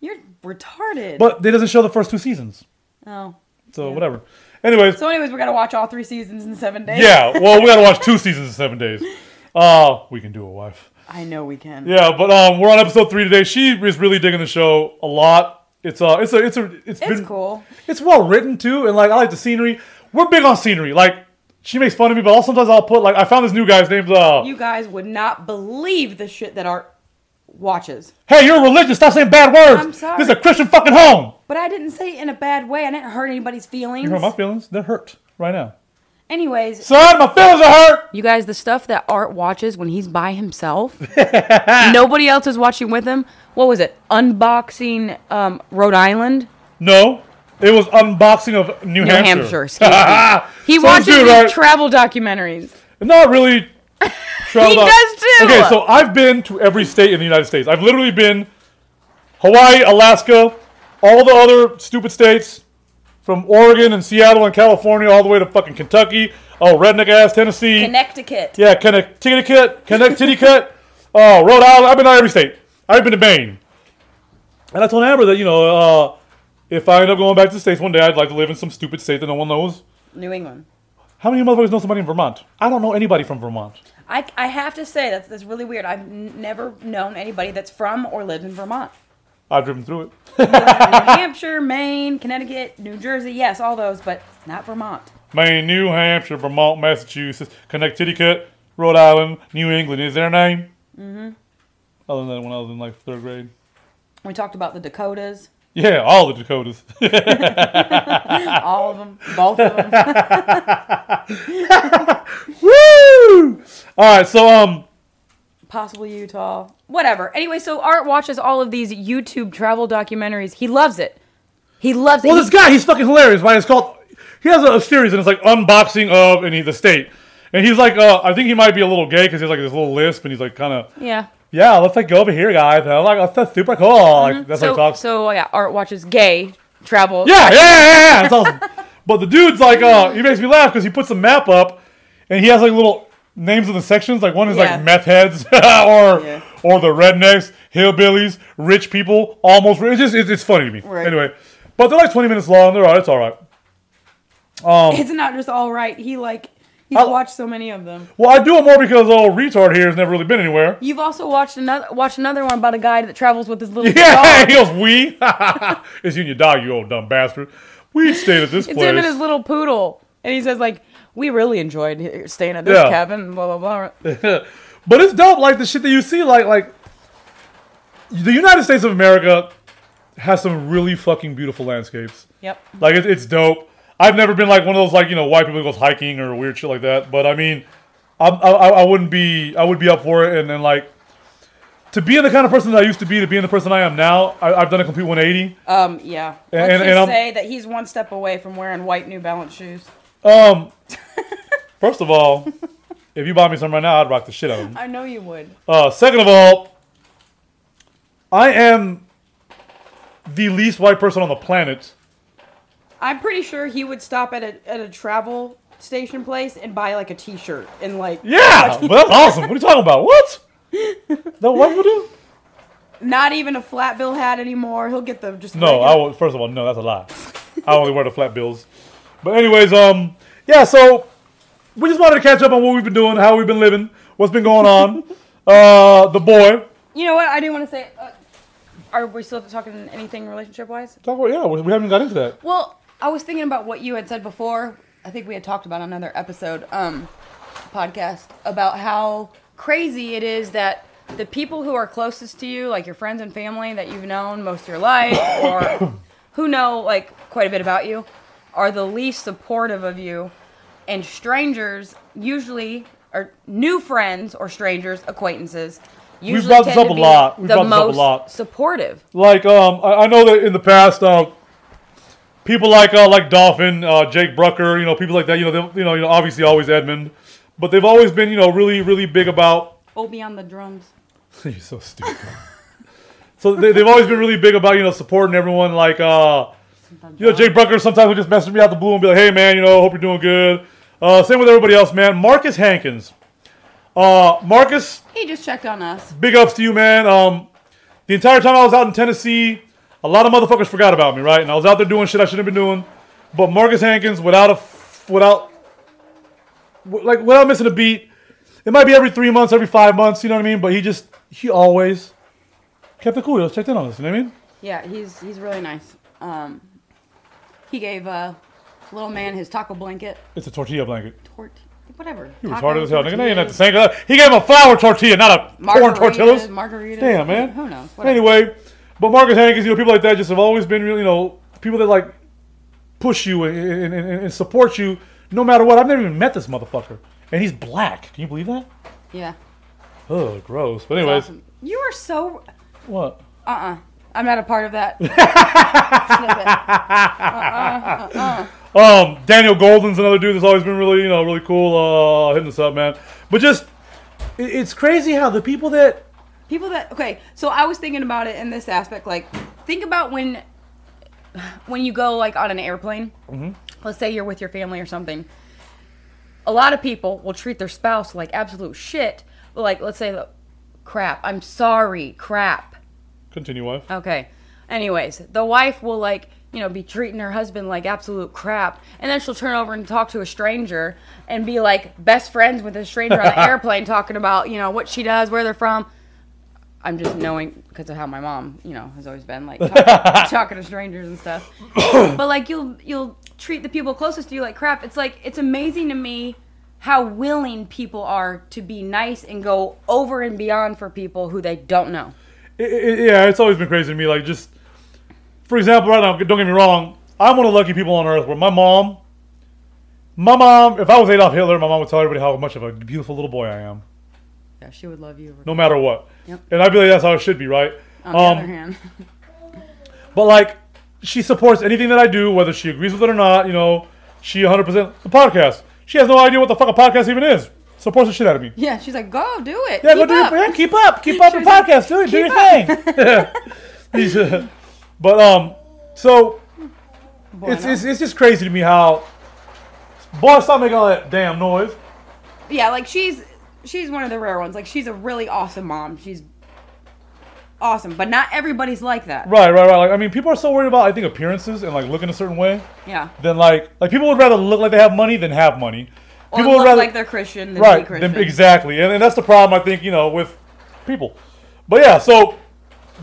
Speaker 5: You're retarded.
Speaker 1: But it doesn't show the first two seasons.
Speaker 5: oh.
Speaker 1: So whatever. Anyways,
Speaker 5: So, anyways, we're gonna watch all three seasons in seven days.
Speaker 1: yeah, well, we got to watch two seasons in seven days. Uh, we can do it, wife.
Speaker 5: I know we can.
Speaker 1: Yeah, but um, we're on episode three today. She is really digging the show a lot. It's uh, it's a, it's a,
Speaker 5: It's
Speaker 1: it's been-
Speaker 5: cool.
Speaker 1: It's well written too, and like I like the scenery. We're big on scenery. Like she makes fun of me, but also sometimes I'll put like I found this new guy's name's uh.
Speaker 5: You guys would not believe the shit that Art watches.
Speaker 1: hey, you're religious. Stop saying bad words.
Speaker 5: I'm sorry.
Speaker 1: This is a Christian fucking home.
Speaker 5: But I didn't say it in a bad way. I didn't hurt anybody's feelings.
Speaker 1: You hurt my feelings. They're hurt right now.
Speaker 5: Anyways,
Speaker 1: Son, my feelings are hurt.
Speaker 4: You guys, the stuff that Art watches when he's by himself, nobody else is watching with him. What was it? Unboxing um, Rhode Island,
Speaker 1: No, it was unboxing of New,
Speaker 4: New Hampshire.
Speaker 1: Hampshire.
Speaker 4: excuse me. He
Speaker 1: Sounds
Speaker 4: watches
Speaker 1: good,
Speaker 4: these
Speaker 1: right?
Speaker 4: travel documentaries.
Speaker 1: Not really. Traveled
Speaker 4: He
Speaker 1: out-
Speaker 4: does, too.
Speaker 1: Okay, so I've been to every state in the United States. I've literally been Hawaii, Alaska, all the other stupid states, from Oregon and Seattle and California all the way to fucking Kentucky. Oh, redneck ass Tennessee.
Speaker 5: Connecticut.
Speaker 1: yeah, Connecticut, Connecticut. oh, Rhode Island. I've been to every state. I've been to Maine. And I told Amber that you know, uh, if I end up going back to the states one day, I'd like to live in some stupid state that no one knows.
Speaker 5: New England.
Speaker 1: How many motherfuckers know somebody in Vermont? I don't know anybody from Vermont.
Speaker 5: I, I have to say that's that's really weird. I've n- never known anybody that's from or lives in Vermont.
Speaker 1: I've driven through it.
Speaker 5: New Hampshire, Maine, Connecticut, New Jersey, yes, all those, but not Vermont.
Speaker 1: Maine, New Hampshire, Vermont, Massachusetts, Connecticut, Rhode Island, New England is their name. Mm-hmm. Other than that, when I was in like third grade.
Speaker 5: We talked about the Dakotas,
Speaker 1: Yeah, all the Dakotas.
Speaker 5: all of them, both of them.
Speaker 1: Woo! All right, so um,
Speaker 5: Possibly Utah, whatever.
Speaker 4: Anyway, so Art watches all of these YouTube travel documentaries. He loves it. He loves
Speaker 1: well,
Speaker 4: it.
Speaker 1: this guy, he's fucking hilarious, right? It's called. He has a, a series, and it's like unboxing of and he's the state, and he's like, uh, I think he might be a little gay because he's like this little lisp, and he's like kind of,
Speaker 4: He- yeah.
Speaker 1: yeah, let's like go over here, guys. And I'm like, that's, that's super cool. Like that's how he
Speaker 4: Mm-hmm. So,
Speaker 1: talks.
Speaker 4: so oh, yeah, Art watches gay travel.
Speaker 1: Yeah, yeah, yeah, yeah. It's awesome. but the dude's like, uh, he makes me laugh because he puts a map up, and he has like little names of the sections. Like one is
Speaker 5: Yeah.
Speaker 1: like meth heads, or
Speaker 5: Yeah.
Speaker 1: or the rednecks, hillbillies, rich people, almost. It's just it's, it's funny to me.
Speaker 5: Right.
Speaker 1: Anyway, but they're like twenty minutes long. They're all right. It's all right.
Speaker 5: It's not just all right. He like he's
Speaker 1: I'll-
Speaker 5: watched so many of them.
Speaker 1: Well, I do it more because old retard here has never really been anywhere.
Speaker 4: You've also watched another watched another one about a guy that travels with his little
Speaker 1: Yeah,
Speaker 4: dog.
Speaker 1: he goes we. it's you and your dog, you old dumb bastard. We stayed at this
Speaker 4: It's
Speaker 1: place.
Speaker 4: him and his little poodle, and he says like, "We really enjoyed he- staying at this
Speaker 1: Yeah.
Speaker 4: cabin." Blah blah blah.
Speaker 1: But it's dope, like the shit that you see, like like the United States of America has some really fucking beautiful landscapes.
Speaker 4: Yep.
Speaker 1: Like it, it's dope. I've never been like one of those like you know white people who goes hiking or weird shit like that. But I mean, I I, I I wouldn't be I would be up for it. And then like to being the kind of person that I used to be to being the person I am now, I, I've done a complete 180.
Speaker 5: Um, yeah.
Speaker 1: And-
Speaker 5: Let's
Speaker 1: and-
Speaker 5: just
Speaker 1: and I'm-
Speaker 5: say that he's one step away from wearing white New Balance shoes.
Speaker 1: Um, first of all, if you buy me some right now, I'd rock the shit out of them.
Speaker 5: I know you would.
Speaker 1: Uh, second of all, I am the least white person on the planet.
Speaker 5: I'm pretty sure he would stop at a at a travel station place and buy like a T-shirt and like
Speaker 1: Yeah, but that's awesome. What are you talking about? What? That what you do?
Speaker 5: not even a flat bill hat anymore. He'll get the just
Speaker 1: No, I will. First of all, no, that's a lie. I only wear the flat bills. But anyways, um, yeah. So we just wanted to catch up on what we've been doing, how we've been living, what's been going on. uh, the boy.
Speaker 5: You know what? I do want to say. Uh, are we still talking anything relationship wise?
Speaker 1: Talk about yeah. We we haven't got into that.
Speaker 5: Well, I was thinking about what you had said before. I think we had talked about another episode. Um,
Speaker 4: podcast about how crazy it is that the people who are closest to you, like your friends and family that you've known most of your life, or who know like quite a bit about you, are the least supportive of you, and strangers usually are new friends or strangers acquaintances. Usually
Speaker 1: brought this
Speaker 4: tend
Speaker 1: up
Speaker 4: to
Speaker 1: a
Speaker 4: be
Speaker 1: lot. We've
Speaker 4: the
Speaker 1: brought this up a
Speaker 4: most
Speaker 1: lot.
Speaker 4: supportive.
Speaker 1: Like um, I, I know that in the past, uh, people like uh, like Dolphin, uh, Jake Brucker, you know, people like that. You know, they, you know, you know, obviously always Edmund, but they've always been you know really really big about.
Speaker 4: Obi on the drums.
Speaker 1: You're so stupid. so they, they've always been really big about you know supporting everyone. Like uh, you know, Jake Brucker sometimes would just message me out the blue and be like, "Hey man, you know, hope you're doing good." Uh, same with everybody else, man. Marcus Hankins, uh, Marcus,
Speaker 4: He just checked on us.
Speaker 1: big ups to you, man. Um, the entire time I was out in Tennessee, a lot of motherfuckers forgot about me, right? And I was out there doing shit I shouldn't have been doing. But Marcus Hankins, without a, f- without, w- like, without missing a beat, it might be every three months, every five months, you know what I mean? But he just, he always kept it cool. He was checked in on us, you know what I mean?
Speaker 4: Yeah, he's he's really nice. Um, he gave uh, little man his taco blanket,
Speaker 1: It's a tortilla blanket.
Speaker 4: tort, whatever.
Speaker 1: He was hard as hell, nigga. That ain't not the same. He gave him a flour tortilla, not a corn tortillas.
Speaker 4: Margaritas.
Speaker 1: Damn, man.
Speaker 4: Who knows? Whatever.
Speaker 1: Anyway, but Marcus Hankins, you know, people like that just have always been really, you know, people that like push you and, and, and, and support you no matter what. I've never even met this motherfucker. And he's black. Can you believe that?
Speaker 4: Yeah.
Speaker 1: Oh, gross. But anyways,
Speaker 4: Awesome. You are so.
Speaker 1: what?
Speaker 4: Uh uh-uh. uh. i am not a part of that.
Speaker 1: Um, Daniel Golden's another dude that's always been really, you know, really cool. Uh, hitting us up, man. But just, it, it's crazy how the people that
Speaker 4: people that okay so i was thinking about it in this aspect like think about when when you go like on an airplane
Speaker 1: Mm-hmm.
Speaker 4: let's say you're with your family or something a lot of people will treat their spouse like absolute shit but like let's say crap i'm sorry crap
Speaker 1: continue, wife.
Speaker 4: Okay. Anyways, the wife will like, you know, be treating her husband like absolute crap, and then she'll turn over and talk to a stranger and be like best friends with a stranger on the airplane talking about, you know, what she does, where they're from. I'm just knowing because of how my mom, you know, has always been like talking, talking to strangers and stuff. but like you'll you'll treat the people closest to you like crap. It's like it's amazing to me how willing people are to be nice and go over and beyond for people who they don't know.
Speaker 1: I- I- yeah, it's always been crazy to me. Like, just for example, right now, don't get me wrong, I'm one of the lucky people on earth where my mom, my mom, if I was Adolf Hitler, my mom would tell everybody how much of a beautiful little boy I am,
Speaker 4: Yeah, she would love you.
Speaker 1: no matter what.
Speaker 4: Yep.
Speaker 1: And I'd be like, that's how it should be, right? Um,
Speaker 4: on the other hand.
Speaker 1: But like, she supports anything that I do, whether she agrees with it or not. You know, she 100% the podcast. She has no idea what the fuck a podcast even is. Supports the shit out of me.
Speaker 4: Yeah, she's like, go do it.
Speaker 1: Yeah, go
Speaker 4: keep
Speaker 1: do
Speaker 4: up."
Speaker 1: your yeah, keep up, keep up your
Speaker 4: Sure,
Speaker 1: podcast, do it, do your thing. uh, but um, so it's, it's it's just crazy to me how boy, stop making all that damn noise.
Speaker 4: Yeah, like she's she's one of the rare ones. Like she's a really awesome mom. She's awesome, but not everybody's like that.
Speaker 1: Right, right, right. Like, I mean, people are so worried about I think appearances and like looking a certain way.
Speaker 4: Yeah.
Speaker 1: Then like like people would rather look like they have money than have money.
Speaker 4: Or
Speaker 1: People
Speaker 4: look
Speaker 1: would rather
Speaker 4: like they're Christian than be
Speaker 1: right
Speaker 4: Christian.
Speaker 1: then- exactly, and, and that's the problem I think you know with people. But yeah, so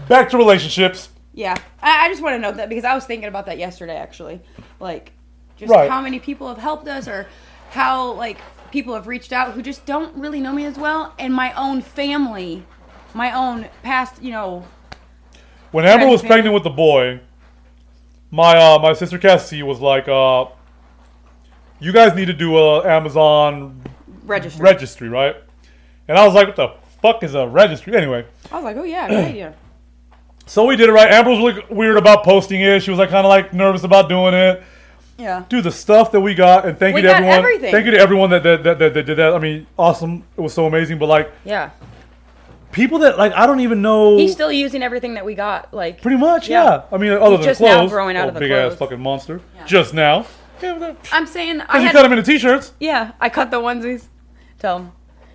Speaker 1: back to relationships.
Speaker 4: Yeah, I, I just want to note that because I was thinking about that yesterday, actually. Like, just
Speaker 1: Right.
Speaker 4: how many people have helped us, or how like people have reached out who just don't really know me as well, and my own family, my own past, you know,
Speaker 1: When Amber
Speaker 4: Right,
Speaker 1: was
Speaker 4: yeah.
Speaker 1: pregnant with the boy, my uh, my sister Cassie was like, uh, "You guys need to do a Amazon
Speaker 4: register.
Speaker 1: registry, right?" And I was like, "What the fuck is a registry?" Anyway,
Speaker 4: I was like, oh yeah, great idea.
Speaker 1: so we did it right. Amber was really weird about posting it. She was like, kind of like nervous about doing it.
Speaker 4: Yeah.
Speaker 1: Dude, the stuff that we got, and thank
Speaker 4: We
Speaker 1: you to
Speaker 4: got
Speaker 1: everyone.
Speaker 4: everything.
Speaker 1: Thank you to everyone that that, that that that did that. I mean, awesome. It was so amazing. But like
Speaker 4: Yeah.
Speaker 1: people that like I don't even know.
Speaker 4: He's still using everything that we got. Like
Speaker 1: Pretty much, yeah.
Speaker 4: Yeah.
Speaker 1: I mean, other than
Speaker 4: just now
Speaker 1: clothes,
Speaker 4: growing out
Speaker 1: oh,
Speaker 4: of the
Speaker 1: big ass
Speaker 4: clothes.
Speaker 1: fucking monster. Just now. Yeah, but that-
Speaker 4: I'm saying, I
Speaker 1: you
Speaker 4: had,
Speaker 1: cut them into t-shirts.
Speaker 4: yeah, I cut the onesies. Tell him.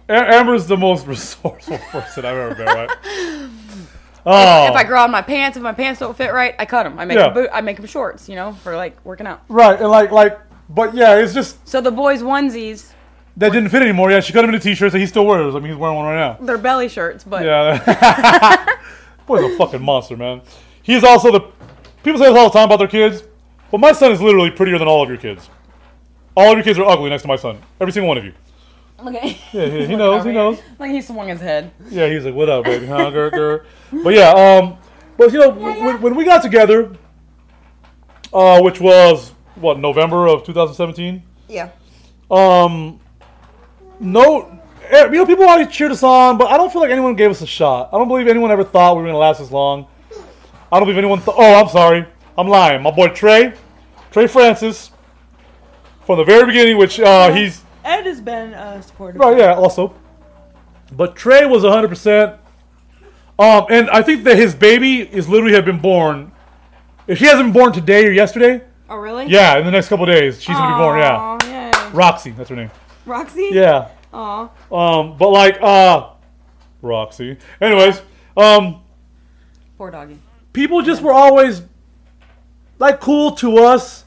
Speaker 1: A- Amber's the most resourceful person I've ever been, right? Oh,
Speaker 4: If I grow on my pants, if my pants don't fit right, I cut them. I make
Speaker 1: Yeah.
Speaker 4: 'em boot, I make 'em shorts, you know, for like working out.
Speaker 1: right, and like, like, but yeah, it's just
Speaker 4: So the boys' onesies,
Speaker 1: that didn't fit anymore. Yeah, she cut him into t-shirts, and he still wears. I mean, he's wearing one right now.
Speaker 4: they're belly shirts, but
Speaker 1: Yeah, boy's a fucking monster, man. He's also the people say this all the time about their kids, but my son is literally prettier than all of your kids. All of your kids are ugly next to my son. Every single one of you.
Speaker 4: Okay.
Speaker 1: Yeah, yeah, he knows. He knows.
Speaker 4: Like he swung his head.
Speaker 1: Yeah, he's like, "What up, baby?" Huh, grr, grr. But yeah, um, but you know, When, when we got together, uh, which was what November of 2017,
Speaker 5: Yeah.
Speaker 1: um, no, eh, you know, people always cheered us on, but I don't feel like anyone gave us a shot. I don't believe anyone ever thought we were gonna last this long. I don't believe anyone. Th- oh, I'm sorry, I'm lying. My boy Trey, Trey Francis, from the very beginning, which uh, he's
Speaker 6: Ed has been uh, supportive.
Speaker 1: Right, yeah, also. But Trey was 100%. Um, and I think that his baby is literally had been born. If she hasn't been born today or yesterday,
Speaker 5: Oh really?
Speaker 1: yeah, in the next couple days, she's going to be born, yeah.
Speaker 5: Aw, yeah.
Speaker 1: Roxy, that's her name.
Speaker 5: Roxy.
Speaker 1: Yeah.
Speaker 5: Aw.
Speaker 1: Um, but like, uh, Roxy. Anyways, um,
Speaker 4: Poor doggy.
Speaker 1: people just were always like cool to us.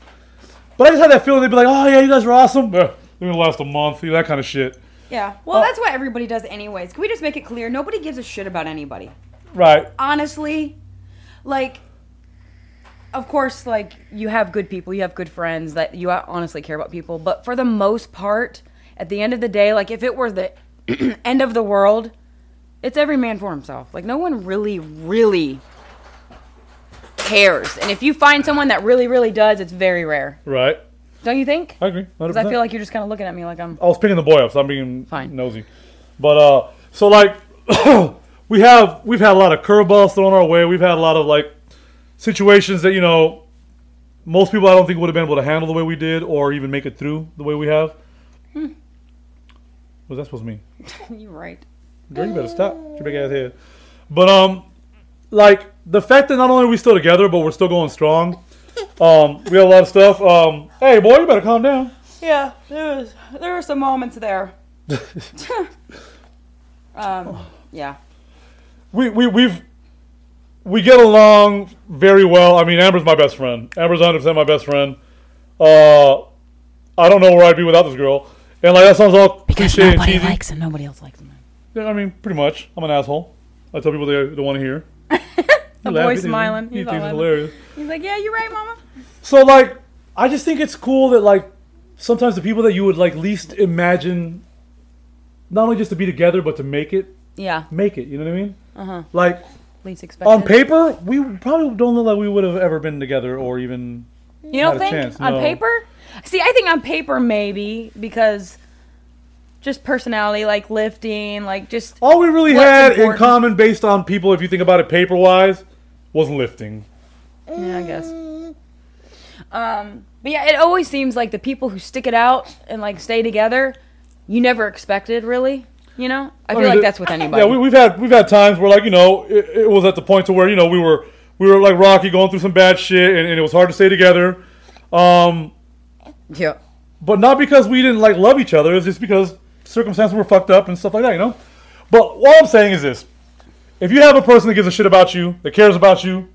Speaker 1: But I just had that feeling they'd be like, oh, yeah, you guys were awesome. Eh, They're going to last a month, you know, that kind of shit.
Speaker 5: Yeah. Well, that's what everybody does, anyways. Can we just make it clear? Nobody gives a shit about anybody.
Speaker 1: Right.
Speaker 4: honestly, like, of course, like you have good people, you have good friends that you honestly care about people. But for the most part, at the end of the day, like if it were the end of the world, it's every man for himself. Like no one really, really cares. And if you find someone that really, really does, it's very rare.
Speaker 1: Right.
Speaker 4: Don't you think?
Speaker 1: I agree. 100%.
Speaker 4: Because I feel like you're just kind of looking at me like I'm.
Speaker 1: I was picking the boy up, so I'm being
Speaker 4: Fine.
Speaker 1: nosy. But uh, so like we have we've had a lot of curveballs thrown our way. We've had a lot of like situations that you know most people I don't think would have been able to handle the way we did, or even make it through the way we have. What's that supposed to mean?
Speaker 4: You're right.
Speaker 1: Girl, you better stop with your big ass head. But um, like the fact that not only are we still together, but we're still going strong. Um, we have a lot of stuff. Um, hey boy, you better calm down.
Speaker 5: Yeah. There was there were some moments there. um. Yeah.
Speaker 1: we, we we've we get along very well. I mean, Amber's my best friend. Amber's 100 percent my best friend. Uh, I don't know where I'd be without this girl. And like that sounds all cliche and cheesy.
Speaker 4: him. Nobody else likes him.
Speaker 1: Yeah, I mean, pretty much. I'm an asshole. I tell people they don't want to hear. the
Speaker 4: boy's smiling.
Speaker 1: He
Speaker 4: He's all
Speaker 1: thinks it's
Speaker 4: laughing.
Speaker 1: hilarious.
Speaker 4: He's like, yeah, you're right, mama.
Speaker 1: So like, I just think it's cool that like sometimes the people that you would like least imagine, not only just to be together but to make it,
Speaker 4: Yeah,
Speaker 1: make it. You know what I mean? Uh-huh. Like
Speaker 4: least expected.
Speaker 1: on paper, we probably don't look like we would have ever been together or even.
Speaker 4: You don't
Speaker 1: Not a
Speaker 4: think
Speaker 1: chance,
Speaker 4: on
Speaker 1: no.
Speaker 4: paper? See, I think on paper maybe because just personality, like lifting, like just
Speaker 1: All we really
Speaker 4: What's
Speaker 1: had in
Speaker 4: important?
Speaker 1: common, based on people, if you think about it paper wise, was lifting.
Speaker 4: yeah, I guess. Um, but yeah, it always seems like the people who stick it out and like stay together, you never expected really. You know, I feel
Speaker 1: mean,
Speaker 4: like
Speaker 1: the-
Speaker 4: that's with anybody.
Speaker 1: Yeah, we, we've had we've had times where like you know it, it was at the point to where you know we were we were like Rocky going through some bad shit and, and it was hard to stay together, um,
Speaker 4: yeah.
Speaker 1: but not because we didn't like love each other. It's just because circumstances were fucked up and stuff like that. You know. But what I'm saying is this: if you have a person that gives a shit about you, that cares about you,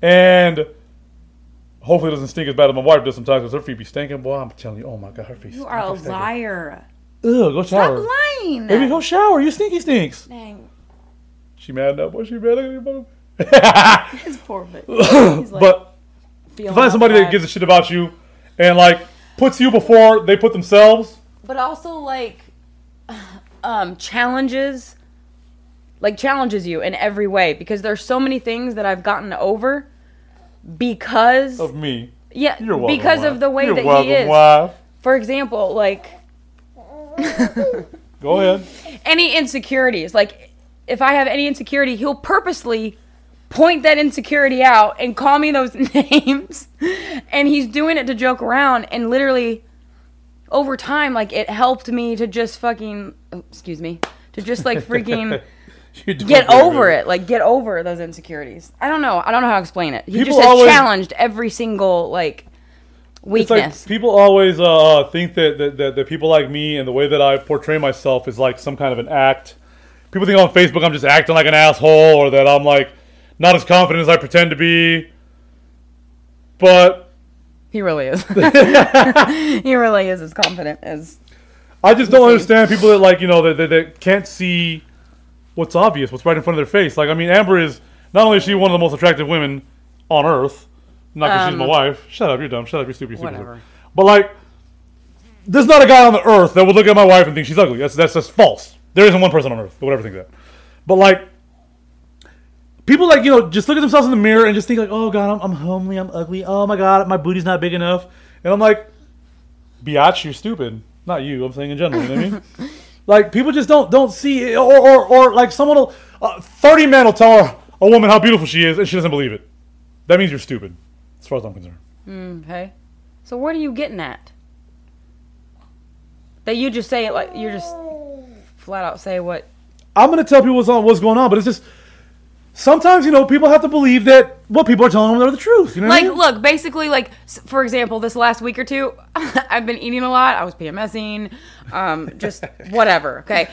Speaker 1: and hopefully doesn't stink as bad as my wife does sometimes because her feet be stinking. Boy, I'm telling you, oh my god, her feet.
Speaker 5: You are a liar.
Speaker 1: Ugh, go shower.
Speaker 5: Stop lying.
Speaker 1: Baby, go shower. You stinky stinks.
Speaker 5: Dang.
Speaker 1: She mad now, boy. She mad. Look at me, boy.
Speaker 5: It's poor bitch.
Speaker 1: but find somebody that gives a shit about you and like puts you before they put themselves.
Speaker 4: but also like um challenges like challenges you in every way because there's so many things that I've gotten over because
Speaker 1: Of me.
Speaker 4: yeah
Speaker 1: Oh, You're welcome,
Speaker 4: because
Speaker 1: wife.
Speaker 4: of the way
Speaker 1: You're
Speaker 4: that
Speaker 1: welcome,
Speaker 4: he is
Speaker 1: Wife.
Speaker 4: for example like
Speaker 1: Go ahead.
Speaker 4: any insecurities like if I have any insecurity he'll purposely point that insecurity out and call me those names and he's doing it to joke around and literally over time like it helped me to just fucking oh, excuse me to just like freaking
Speaker 1: You're doing
Speaker 4: get
Speaker 1: good,
Speaker 4: over
Speaker 1: baby.
Speaker 4: it. Like get over those insecurities. I don't know. I don't know how to explain it. He
Speaker 1: People
Speaker 4: just has
Speaker 1: always-
Speaker 4: challenged every single like
Speaker 1: It's like
Speaker 4: weakness.
Speaker 1: people always uh, think that, that, that, that people like me and the way that I portray myself is like some kind of an act. People think on Facebook I'm just acting like an asshole or that I'm like not as confident as I pretend to be. But
Speaker 4: he really is. he really is as confident as
Speaker 1: I just don't understand people that like you know that, that, that can't see what's obvious, what's right in front of their face. Like I mean, Amber is not only is she one of the most attractive women on earth, not because she's my wife. Shut up, you're dumb. Shut up, you're stupid. You're stupid.
Speaker 4: whatever.
Speaker 1: But like, there's not a guy on the earth that would look at my wife and think she's ugly. That's that's just false. There isn't one person on earth that would ever think that. But like, people like you know just look at themselves in the mirror and just think like, oh god, I'm, I'm homely, I'm ugly. Oh my god, my booty's not big enough. And I'm like, biatch, you're stupid. Not you. I'm saying in general. You know what I mean? Like people just don't don't see or or, or like someone will uh, thirty men will tell her, a woman how beautiful she is and she doesn't believe it. That means you're stupid, as far as I'm concerned.
Speaker 4: Okay. So what are you getting at? That you just say it like you're just flat out say what
Speaker 1: I'm gonna tell people what's on what's going on, but it's just sometimes you know people have to believe that what people are telling them are the truth. You know,
Speaker 4: like
Speaker 1: what I mean?
Speaker 4: look basically like s- for example this last week or two i've been eating a lot i was pmsing um just whatever okay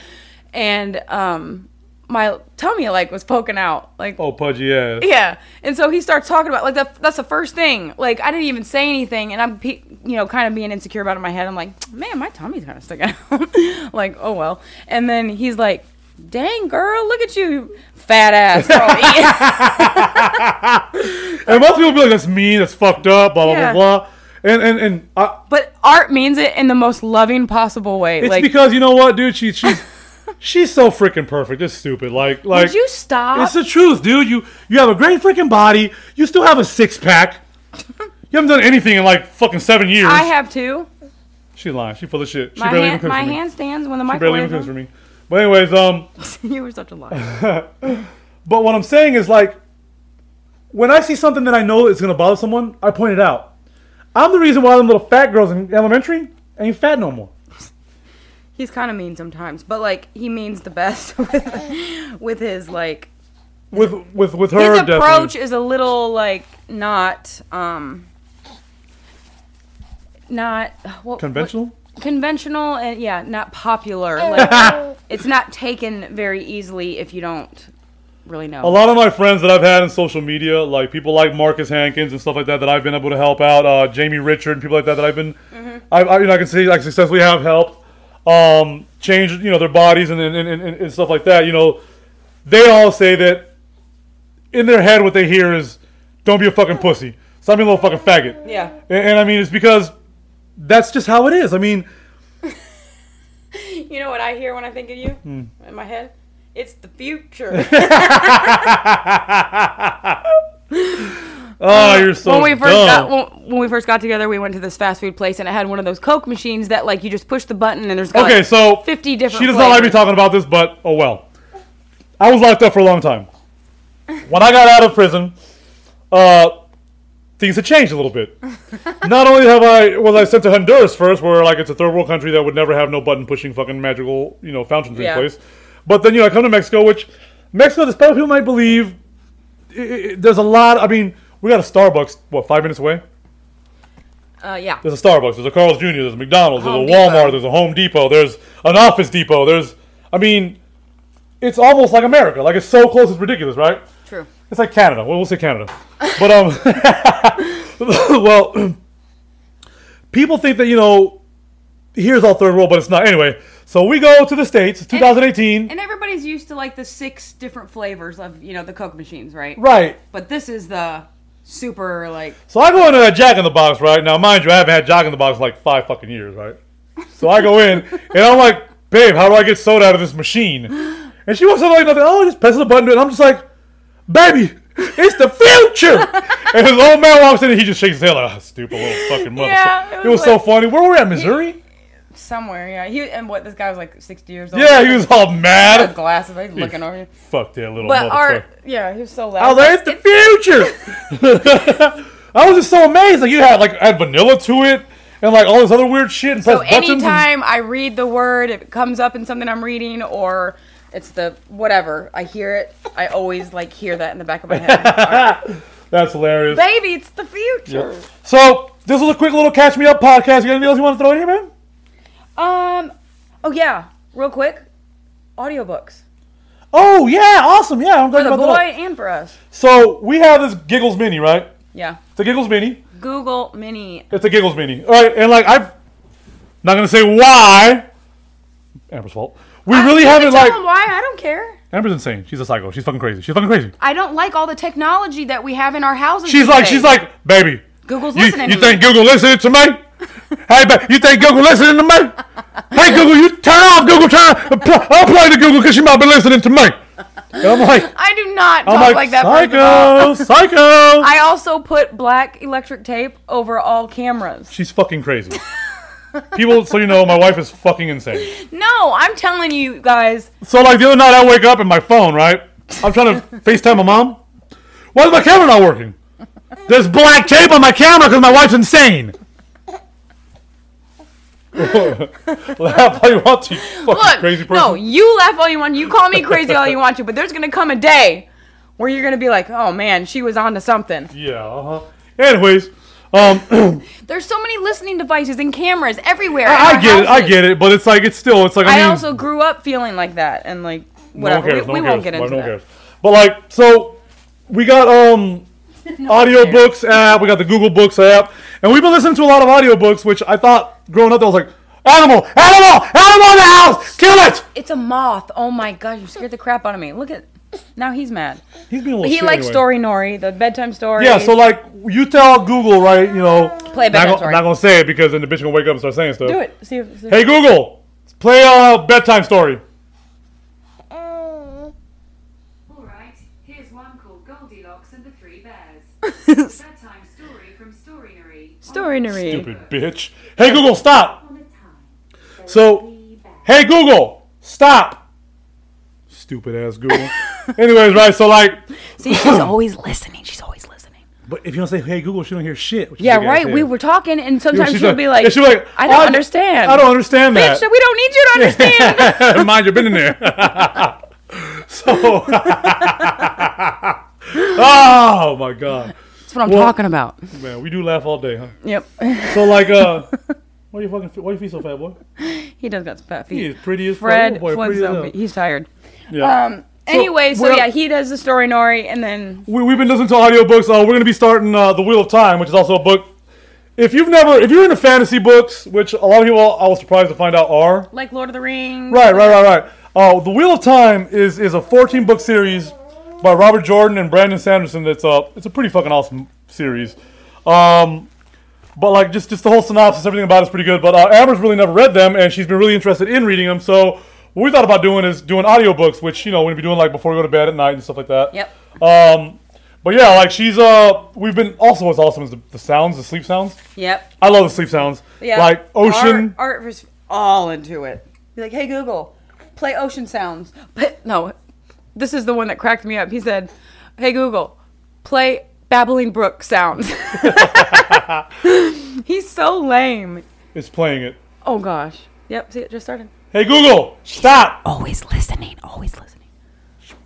Speaker 4: and um my tummy like was poking out like
Speaker 1: oh pudgy ass.
Speaker 4: yeah and so he starts talking about like the, that's the first thing like i didn't even say anything and i'm pe- you know kind of being insecure about it in my head i'm like man my tummy's kind of sticking out like oh well and then he's like dang girl look at you fat ass
Speaker 1: And most people be like, that's mean, that's fucked up, blah blah
Speaker 4: Yeah.
Speaker 1: blah blah. And and and I,
Speaker 4: But art means it in the most loving possible way.
Speaker 1: it's
Speaker 4: like,
Speaker 1: because you know what, dude, she she's she's so freaking perfect. It's stupid. Like like
Speaker 4: would you stop?
Speaker 1: It's the truth, dude. You you have a great freaking body. You still have a six pack. You haven't done anything in like fucking seven years.
Speaker 4: I have two.
Speaker 1: She lying. She full of shit. She
Speaker 4: My
Speaker 1: barely even
Speaker 4: hand,
Speaker 1: cooks
Speaker 4: my
Speaker 1: for me.
Speaker 4: handstands when the
Speaker 1: She barely even
Speaker 4: microwave.
Speaker 1: cooks for me. But anyways, um,
Speaker 4: you were such a liar.
Speaker 1: but what I'm saying is like, when I see something that I know is gonna bother someone, I point it out. I'm the reason why them little fat girls in elementary ain't fat no more.
Speaker 4: He's kind of mean sometimes, but like he means the best with, with his like
Speaker 1: With with with her
Speaker 4: his approach
Speaker 1: definitely.
Speaker 4: is a little like not um not what,
Speaker 1: conventional.
Speaker 4: what- conventional and yeah not popular. Like it's not taken very easily if you don't really know.
Speaker 1: A lot of my friends that I've had in social media, like people like Marcus Hankins and stuff like that, that I've been able to help out, uh, Jamie Richard and people like that that I've been,
Speaker 4: Mm-hmm.
Speaker 1: I, I, you know, I can see I successfully have helped um, change, you know, their bodies and and, and, and and stuff like that. You know, they all say that in their head what they hear is, "Don't be a fucking pussy, stop being a little fucking faggot."
Speaker 5: Yeah.
Speaker 1: And, and I mean, it's because that's just how it is. I mean,
Speaker 4: You know what I hear when I think of you
Speaker 1: Hmm.
Speaker 4: in my head? It's the future.
Speaker 1: oh, you're so
Speaker 4: when we first
Speaker 1: dumb.
Speaker 4: got when, when we first got together, we went to this fast food place and it had one of those Coke machines that like you just push the button and there's got,
Speaker 1: Okay,
Speaker 4: like,
Speaker 1: so
Speaker 4: 50 different.
Speaker 1: She does not like me
Speaker 4: flavors.
Speaker 1: talking about this, but oh well. I was locked up for a long time. When I got out of prison, uh, things had changed a little bit. not only have I was I sent to Honduras first, where like it's a third world country that would never have no button pushing fucking magical you know fountain drink
Speaker 4: Yeah.
Speaker 1: place, but then you know I come to Mexico, which Mexico, despite what people might believe, i i there's a lot. I mean, we got a Starbucks what five minutes away.
Speaker 4: Uh, yeah,
Speaker 1: There's a Starbucks. There's a Carl's Jr. There's a McDonald's.
Speaker 4: Home
Speaker 1: there's a Walmart.
Speaker 4: Depot.
Speaker 1: There's a Home Depot. There's an Office Depot. There's, I mean, it's almost like America. Like it's so close, it's ridiculous, right?
Speaker 4: true.
Speaker 1: It's like Canada. Well, we'll say Canada, but um, well, people think that you know, here's all third world, but it's not. Anyway, so we go to the states, 2018,
Speaker 4: And everybody's used to like the six different flavors of you know the Coke machines, right?
Speaker 1: right?
Speaker 4: But this is the super like
Speaker 1: So I go into that Jack in the Box, right? Now, mind you, I haven't had Jack in the Box in like five fucking years, right? So I go in and I'm like, babe, how do I get soda out of this machine? And she wants something like nothing. Oh, just press the button. And I'm just like, baby, it's the future. and his old man walks in and he just shakes his head like, oh, stupid little fucking motherfucker.
Speaker 4: Yeah,
Speaker 1: it was, so funny. Where were we at, Missouri?
Speaker 4: somewhere. Yeah, he and what this guy was like 60 years old.
Speaker 1: yeah, he was all
Speaker 4: He had
Speaker 1: mad.
Speaker 4: glasses. He's looking over you.
Speaker 1: Fuck that little
Speaker 4: But
Speaker 1: motherfucker. Oh,
Speaker 4: art, yeah, he was so loud.
Speaker 1: I was like, it's the future. I was just so amazed. Like you had like add vanilla to it and like all this other weird shit and
Speaker 4: So
Speaker 1: press buttons. and-
Speaker 4: anytime I read the word, if it comes up in something I'm reading or it's the whatever, I hear it. I always like hear that in the back of my head.
Speaker 1: That's hilarious.
Speaker 4: Baby, it's the future.
Speaker 1: So this was a quick little catch me up podcast. You got anything else you want to throw in here, man?
Speaker 4: Um, oh yeah, real quick, audiobooks
Speaker 1: Oh yeah, awesome. Yeah, I'm glad
Speaker 4: for the
Speaker 1: you
Speaker 4: boy
Speaker 1: brought that up.
Speaker 4: and for us.
Speaker 1: So we have this Giggles Mini, right?
Speaker 4: Yeah,
Speaker 1: It's a Giggles Mini.
Speaker 4: Google Mini.
Speaker 1: It's a Giggles Mini. All right, and like I've not gonna say why. Amber's fault. We really
Speaker 4: You can
Speaker 1: haven't
Speaker 4: tell
Speaker 1: like
Speaker 4: them why I don't care.
Speaker 1: Amber's insane. She's a psycho. She's fucking crazy. She's fucking crazy.
Speaker 4: I don't like all the technology that we have in our houses.
Speaker 1: She's
Speaker 4: these
Speaker 1: like she's
Speaker 4: days.
Speaker 1: like baby.
Speaker 4: Google's
Speaker 1: You,
Speaker 4: listening.
Speaker 1: you
Speaker 4: to me.
Speaker 1: think Google listening to me?
Speaker 7: Hey, but you think Google listening to me? Hey, Google, you turn off Google. Turn. Pl- I'll play to Google because she might be listening to me. And I'm like,
Speaker 4: I do not talk
Speaker 7: I'm
Speaker 4: like,
Speaker 7: like,
Speaker 4: that. for the dog.
Speaker 7: psycho, psycho.
Speaker 4: I also put black electric tape over all cameras.
Speaker 1: She's fucking crazy. People, so you know, my wife is fucking insane.
Speaker 4: No, I'm telling you guys.
Speaker 1: So like the other night, I wake up and my phone, right?
Speaker 7: I'm trying to FaceTime my mom.
Speaker 1: Why is my camera not working?
Speaker 7: There's black tape on my camera because my wife's insane.
Speaker 1: Laugh all you want to, you fucking
Speaker 4: Look,
Speaker 1: crazy person.
Speaker 4: no, you laugh all you want. You call me crazy all you want to, but there's gonna come a day where you're gonna be like, oh man, she was onto something.
Speaker 1: Yeah. Uh-huh. Anyways, um,
Speaker 4: There's so many listening devices and cameras everywhere. in
Speaker 1: I
Speaker 4: our
Speaker 1: get it. I
Speaker 4: houses.
Speaker 1: get it, but it's like it's still. It's like I,
Speaker 4: I
Speaker 1: mean,
Speaker 4: also grew up feeling like that, and like
Speaker 1: no one
Speaker 4: whatever.
Speaker 1: cares.
Speaker 4: we
Speaker 1: no
Speaker 4: we
Speaker 1: one
Speaker 4: won't
Speaker 1: cares.
Speaker 4: get into
Speaker 1: no
Speaker 4: that.
Speaker 1: one cares. But like, so we got um audiobooks app. We got the Google Books app, and we've been listening to a lot of audiobooks, which I thought growing up, I was like, animal, animal, animal in the house, kill it.
Speaker 4: It's a moth. Oh my god, you scared the crap out of me. Look at now he's mad.
Speaker 1: He's being a little
Speaker 4: He
Speaker 1: shit
Speaker 4: likes
Speaker 1: anyway.
Speaker 4: Story Nori, the bedtime story.
Speaker 1: Yeah, so like you tell Google, right? You know,
Speaker 4: Play a
Speaker 1: not
Speaker 4: bedtime
Speaker 1: gonna,
Speaker 4: story.
Speaker 1: not gonna say it because then the bitch gonna wake up and start saying stuff.
Speaker 4: do it. See if, see if-
Speaker 1: Hey Google, play a bedtime story.
Speaker 8: Alright, here's one called Goldilocks and the Three Bears. Bedtime story from Storynery.
Speaker 4: Story Nori.
Speaker 1: Stupid bitch. Hey Google, stop.
Speaker 8: On a time.
Speaker 1: So, hey Google, stop. Stupid ass Google. Anyways, right? So like,
Speaker 4: See, she's always listening. She's always listening.
Speaker 1: but if you don't say hey Google, she don't hear shit. which is
Speaker 4: Yeah,
Speaker 1: big ass
Speaker 4: right.
Speaker 1: head.
Speaker 4: We were talking, and
Speaker 1: Yeah,
Speaker 4: sometimes
Speaker 1: she's
Speaker 4: she'll be like,
Speaker 1: yeah, she'll be like, "Oh,
Speaker 4: I don't understand.
Speaker 1: I don't understand that.
Speaker 4: Bitch, we don't need you to understand.
Speaker 1: Mind you, been in there. so, oh my god,
Speaker 4: That's what I'm
Speaker 1: Well-
Speaker 4: talking about.
Speaker 1: man, we do laugh all day, huh?
Speaker 4: Yep.
Speaker 1: So like, uh, why you fucking, why you feel so fat, boy?
Speaker 4: he does got some fat
Speaker 1: He
Speaker 4: feet.
Speaker 1: is pretty as fuck.
Speaker 4: Fred
Speaker 1: Oh, boy, pretty as
Speaker 4: Flintstone.
Speaker 1: hell.
Speaker 4: He's tired.
Speaker 1: Yeah.
Speaker 4: Um. anyway, so
Speaker 1: we're-
Speaker 4: yeah, he does the story Nori, and then
Speaker 1: we, we've been listening to audiobooks. Uh, we're going to be starting uh, The Wheel of Time, which is also a book. If you've never, if you're into fantasy books, which a lot of people I was surprised to find out are.
Speaker 4: like Lord of the Rings.
Speaker 1: Right, right, right, right. Uh, the Wheel of Time is is a 14 book series by Robert Jordan and Brandon Sanderson. That's uh, it's a pretty fucking awesome series. Um, but like just just the whole synopsis, everything about it's pretty good. But uh, Amber's really never read them, and she's been really interested in reading them. So what we thought about doing is doing audiobooks, which you know we'd be doing like before we go to bed at night and stuff like that.
Speaker 4: Yep.
Speaker 1: Um, but yeah, like she's uh, we've been also what's awesome is the, the sounds, the sleep sounds.
Speaker 4: Yep.
Speaker 1: I love the sleep sounds.
Speaker 4: Yeah.
Speaker 1: Like ocean.
Speaker 5: Art, art was all into it.
Speaker 4: Be like, hey Google, play ocean sounds. But no, this is the one that cracked me up. He said, hey Google, play babbling brook sounds. He's so lame.
Speaker 1: is playing it.
Speaker 4: Oh gosh. Yep. See, it just started.
Speaker 1: Hey Google, stop.
Speaker 4: Always listening. Always listening.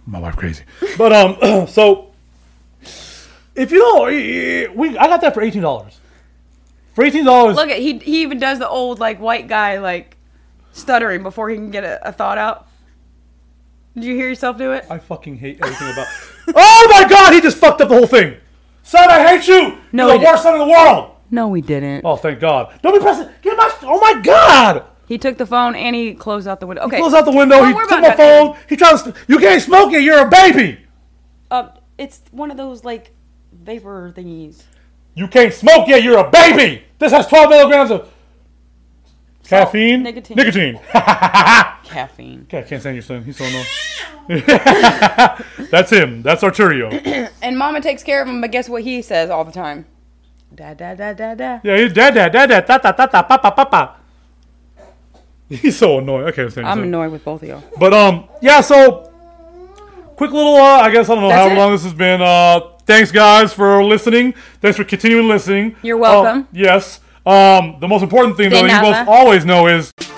Speaker 1: my wife crazy. But um, so if you don't, eh, eh, we I got that for eighteen dollars. For eighteen dollars,
Speaker 4: Look at he. He even does the old like white guy like stuttering before he can get a, a thought out. Did you hear yourself do it?
Speaker 1: I fucking hate everything about. oh my god, he just fucked up the whole thing. Son, I hate you.
Speaker 4: No,
Speaker 1: You're
Speaker 4: he
Speaker 1: the worst son in the world.
Speaker 4: No, we didn't.
Speaker 1: Oh, thank God. Don't be pressing. Get my. Oh my God.
Speaker 4: He took the phone and he closed out the window. Okay.
Speaker 1: Pulls out the window.
Speaker 4: Don't
Speaker 1: he
Speaker 4: worry
Speaker 1: took my
Speaker 4: about that.
Speaker 1: phone. He tries to. You can't smoke it. You're a baby.
Speaker 5: Uh, it's one of those like vapor thingies.
Speaker 1: You can't smoke it. You're a baby. This has twelve milligrams of. Caffeine,
Speaker 5: nicotine.
Speaker 1: nicotine.
Speaker 5: Caffeine.
Speaker 1: God, I can't stand your son. He's so annoying. That's him. That's Arturio.
Speaker 4: And Mama takes care of him, but guess what he says all the time? Da da da da da.
Speaker 1: Yeah, he's dad, dad, dad, dad, ta, ta, ta, ta, papa, papa. He's so annoying. I can't stand
Speaker 4: I'm
Speaker 1: his son.
Speaker 4: annoyed with both of y'all.
Speaker 1: But um, yeah. So, quick little. Uh, I guess I don't know
Speaker 4: That's
Speaker 1: how
Speaker 4: it.
Speaker 1: long this has been. Uh, thanks guys for listening. Thanks for continuing listening.
Speaker 4: You're
Speaker 1: Uh,
Speaker 4: welcome.
Speaker 1: yes. Um, the most important thing
Speaker 4: De
Speaker 1: though that you
Speaker 4: nada.
Speaker 1: both always know is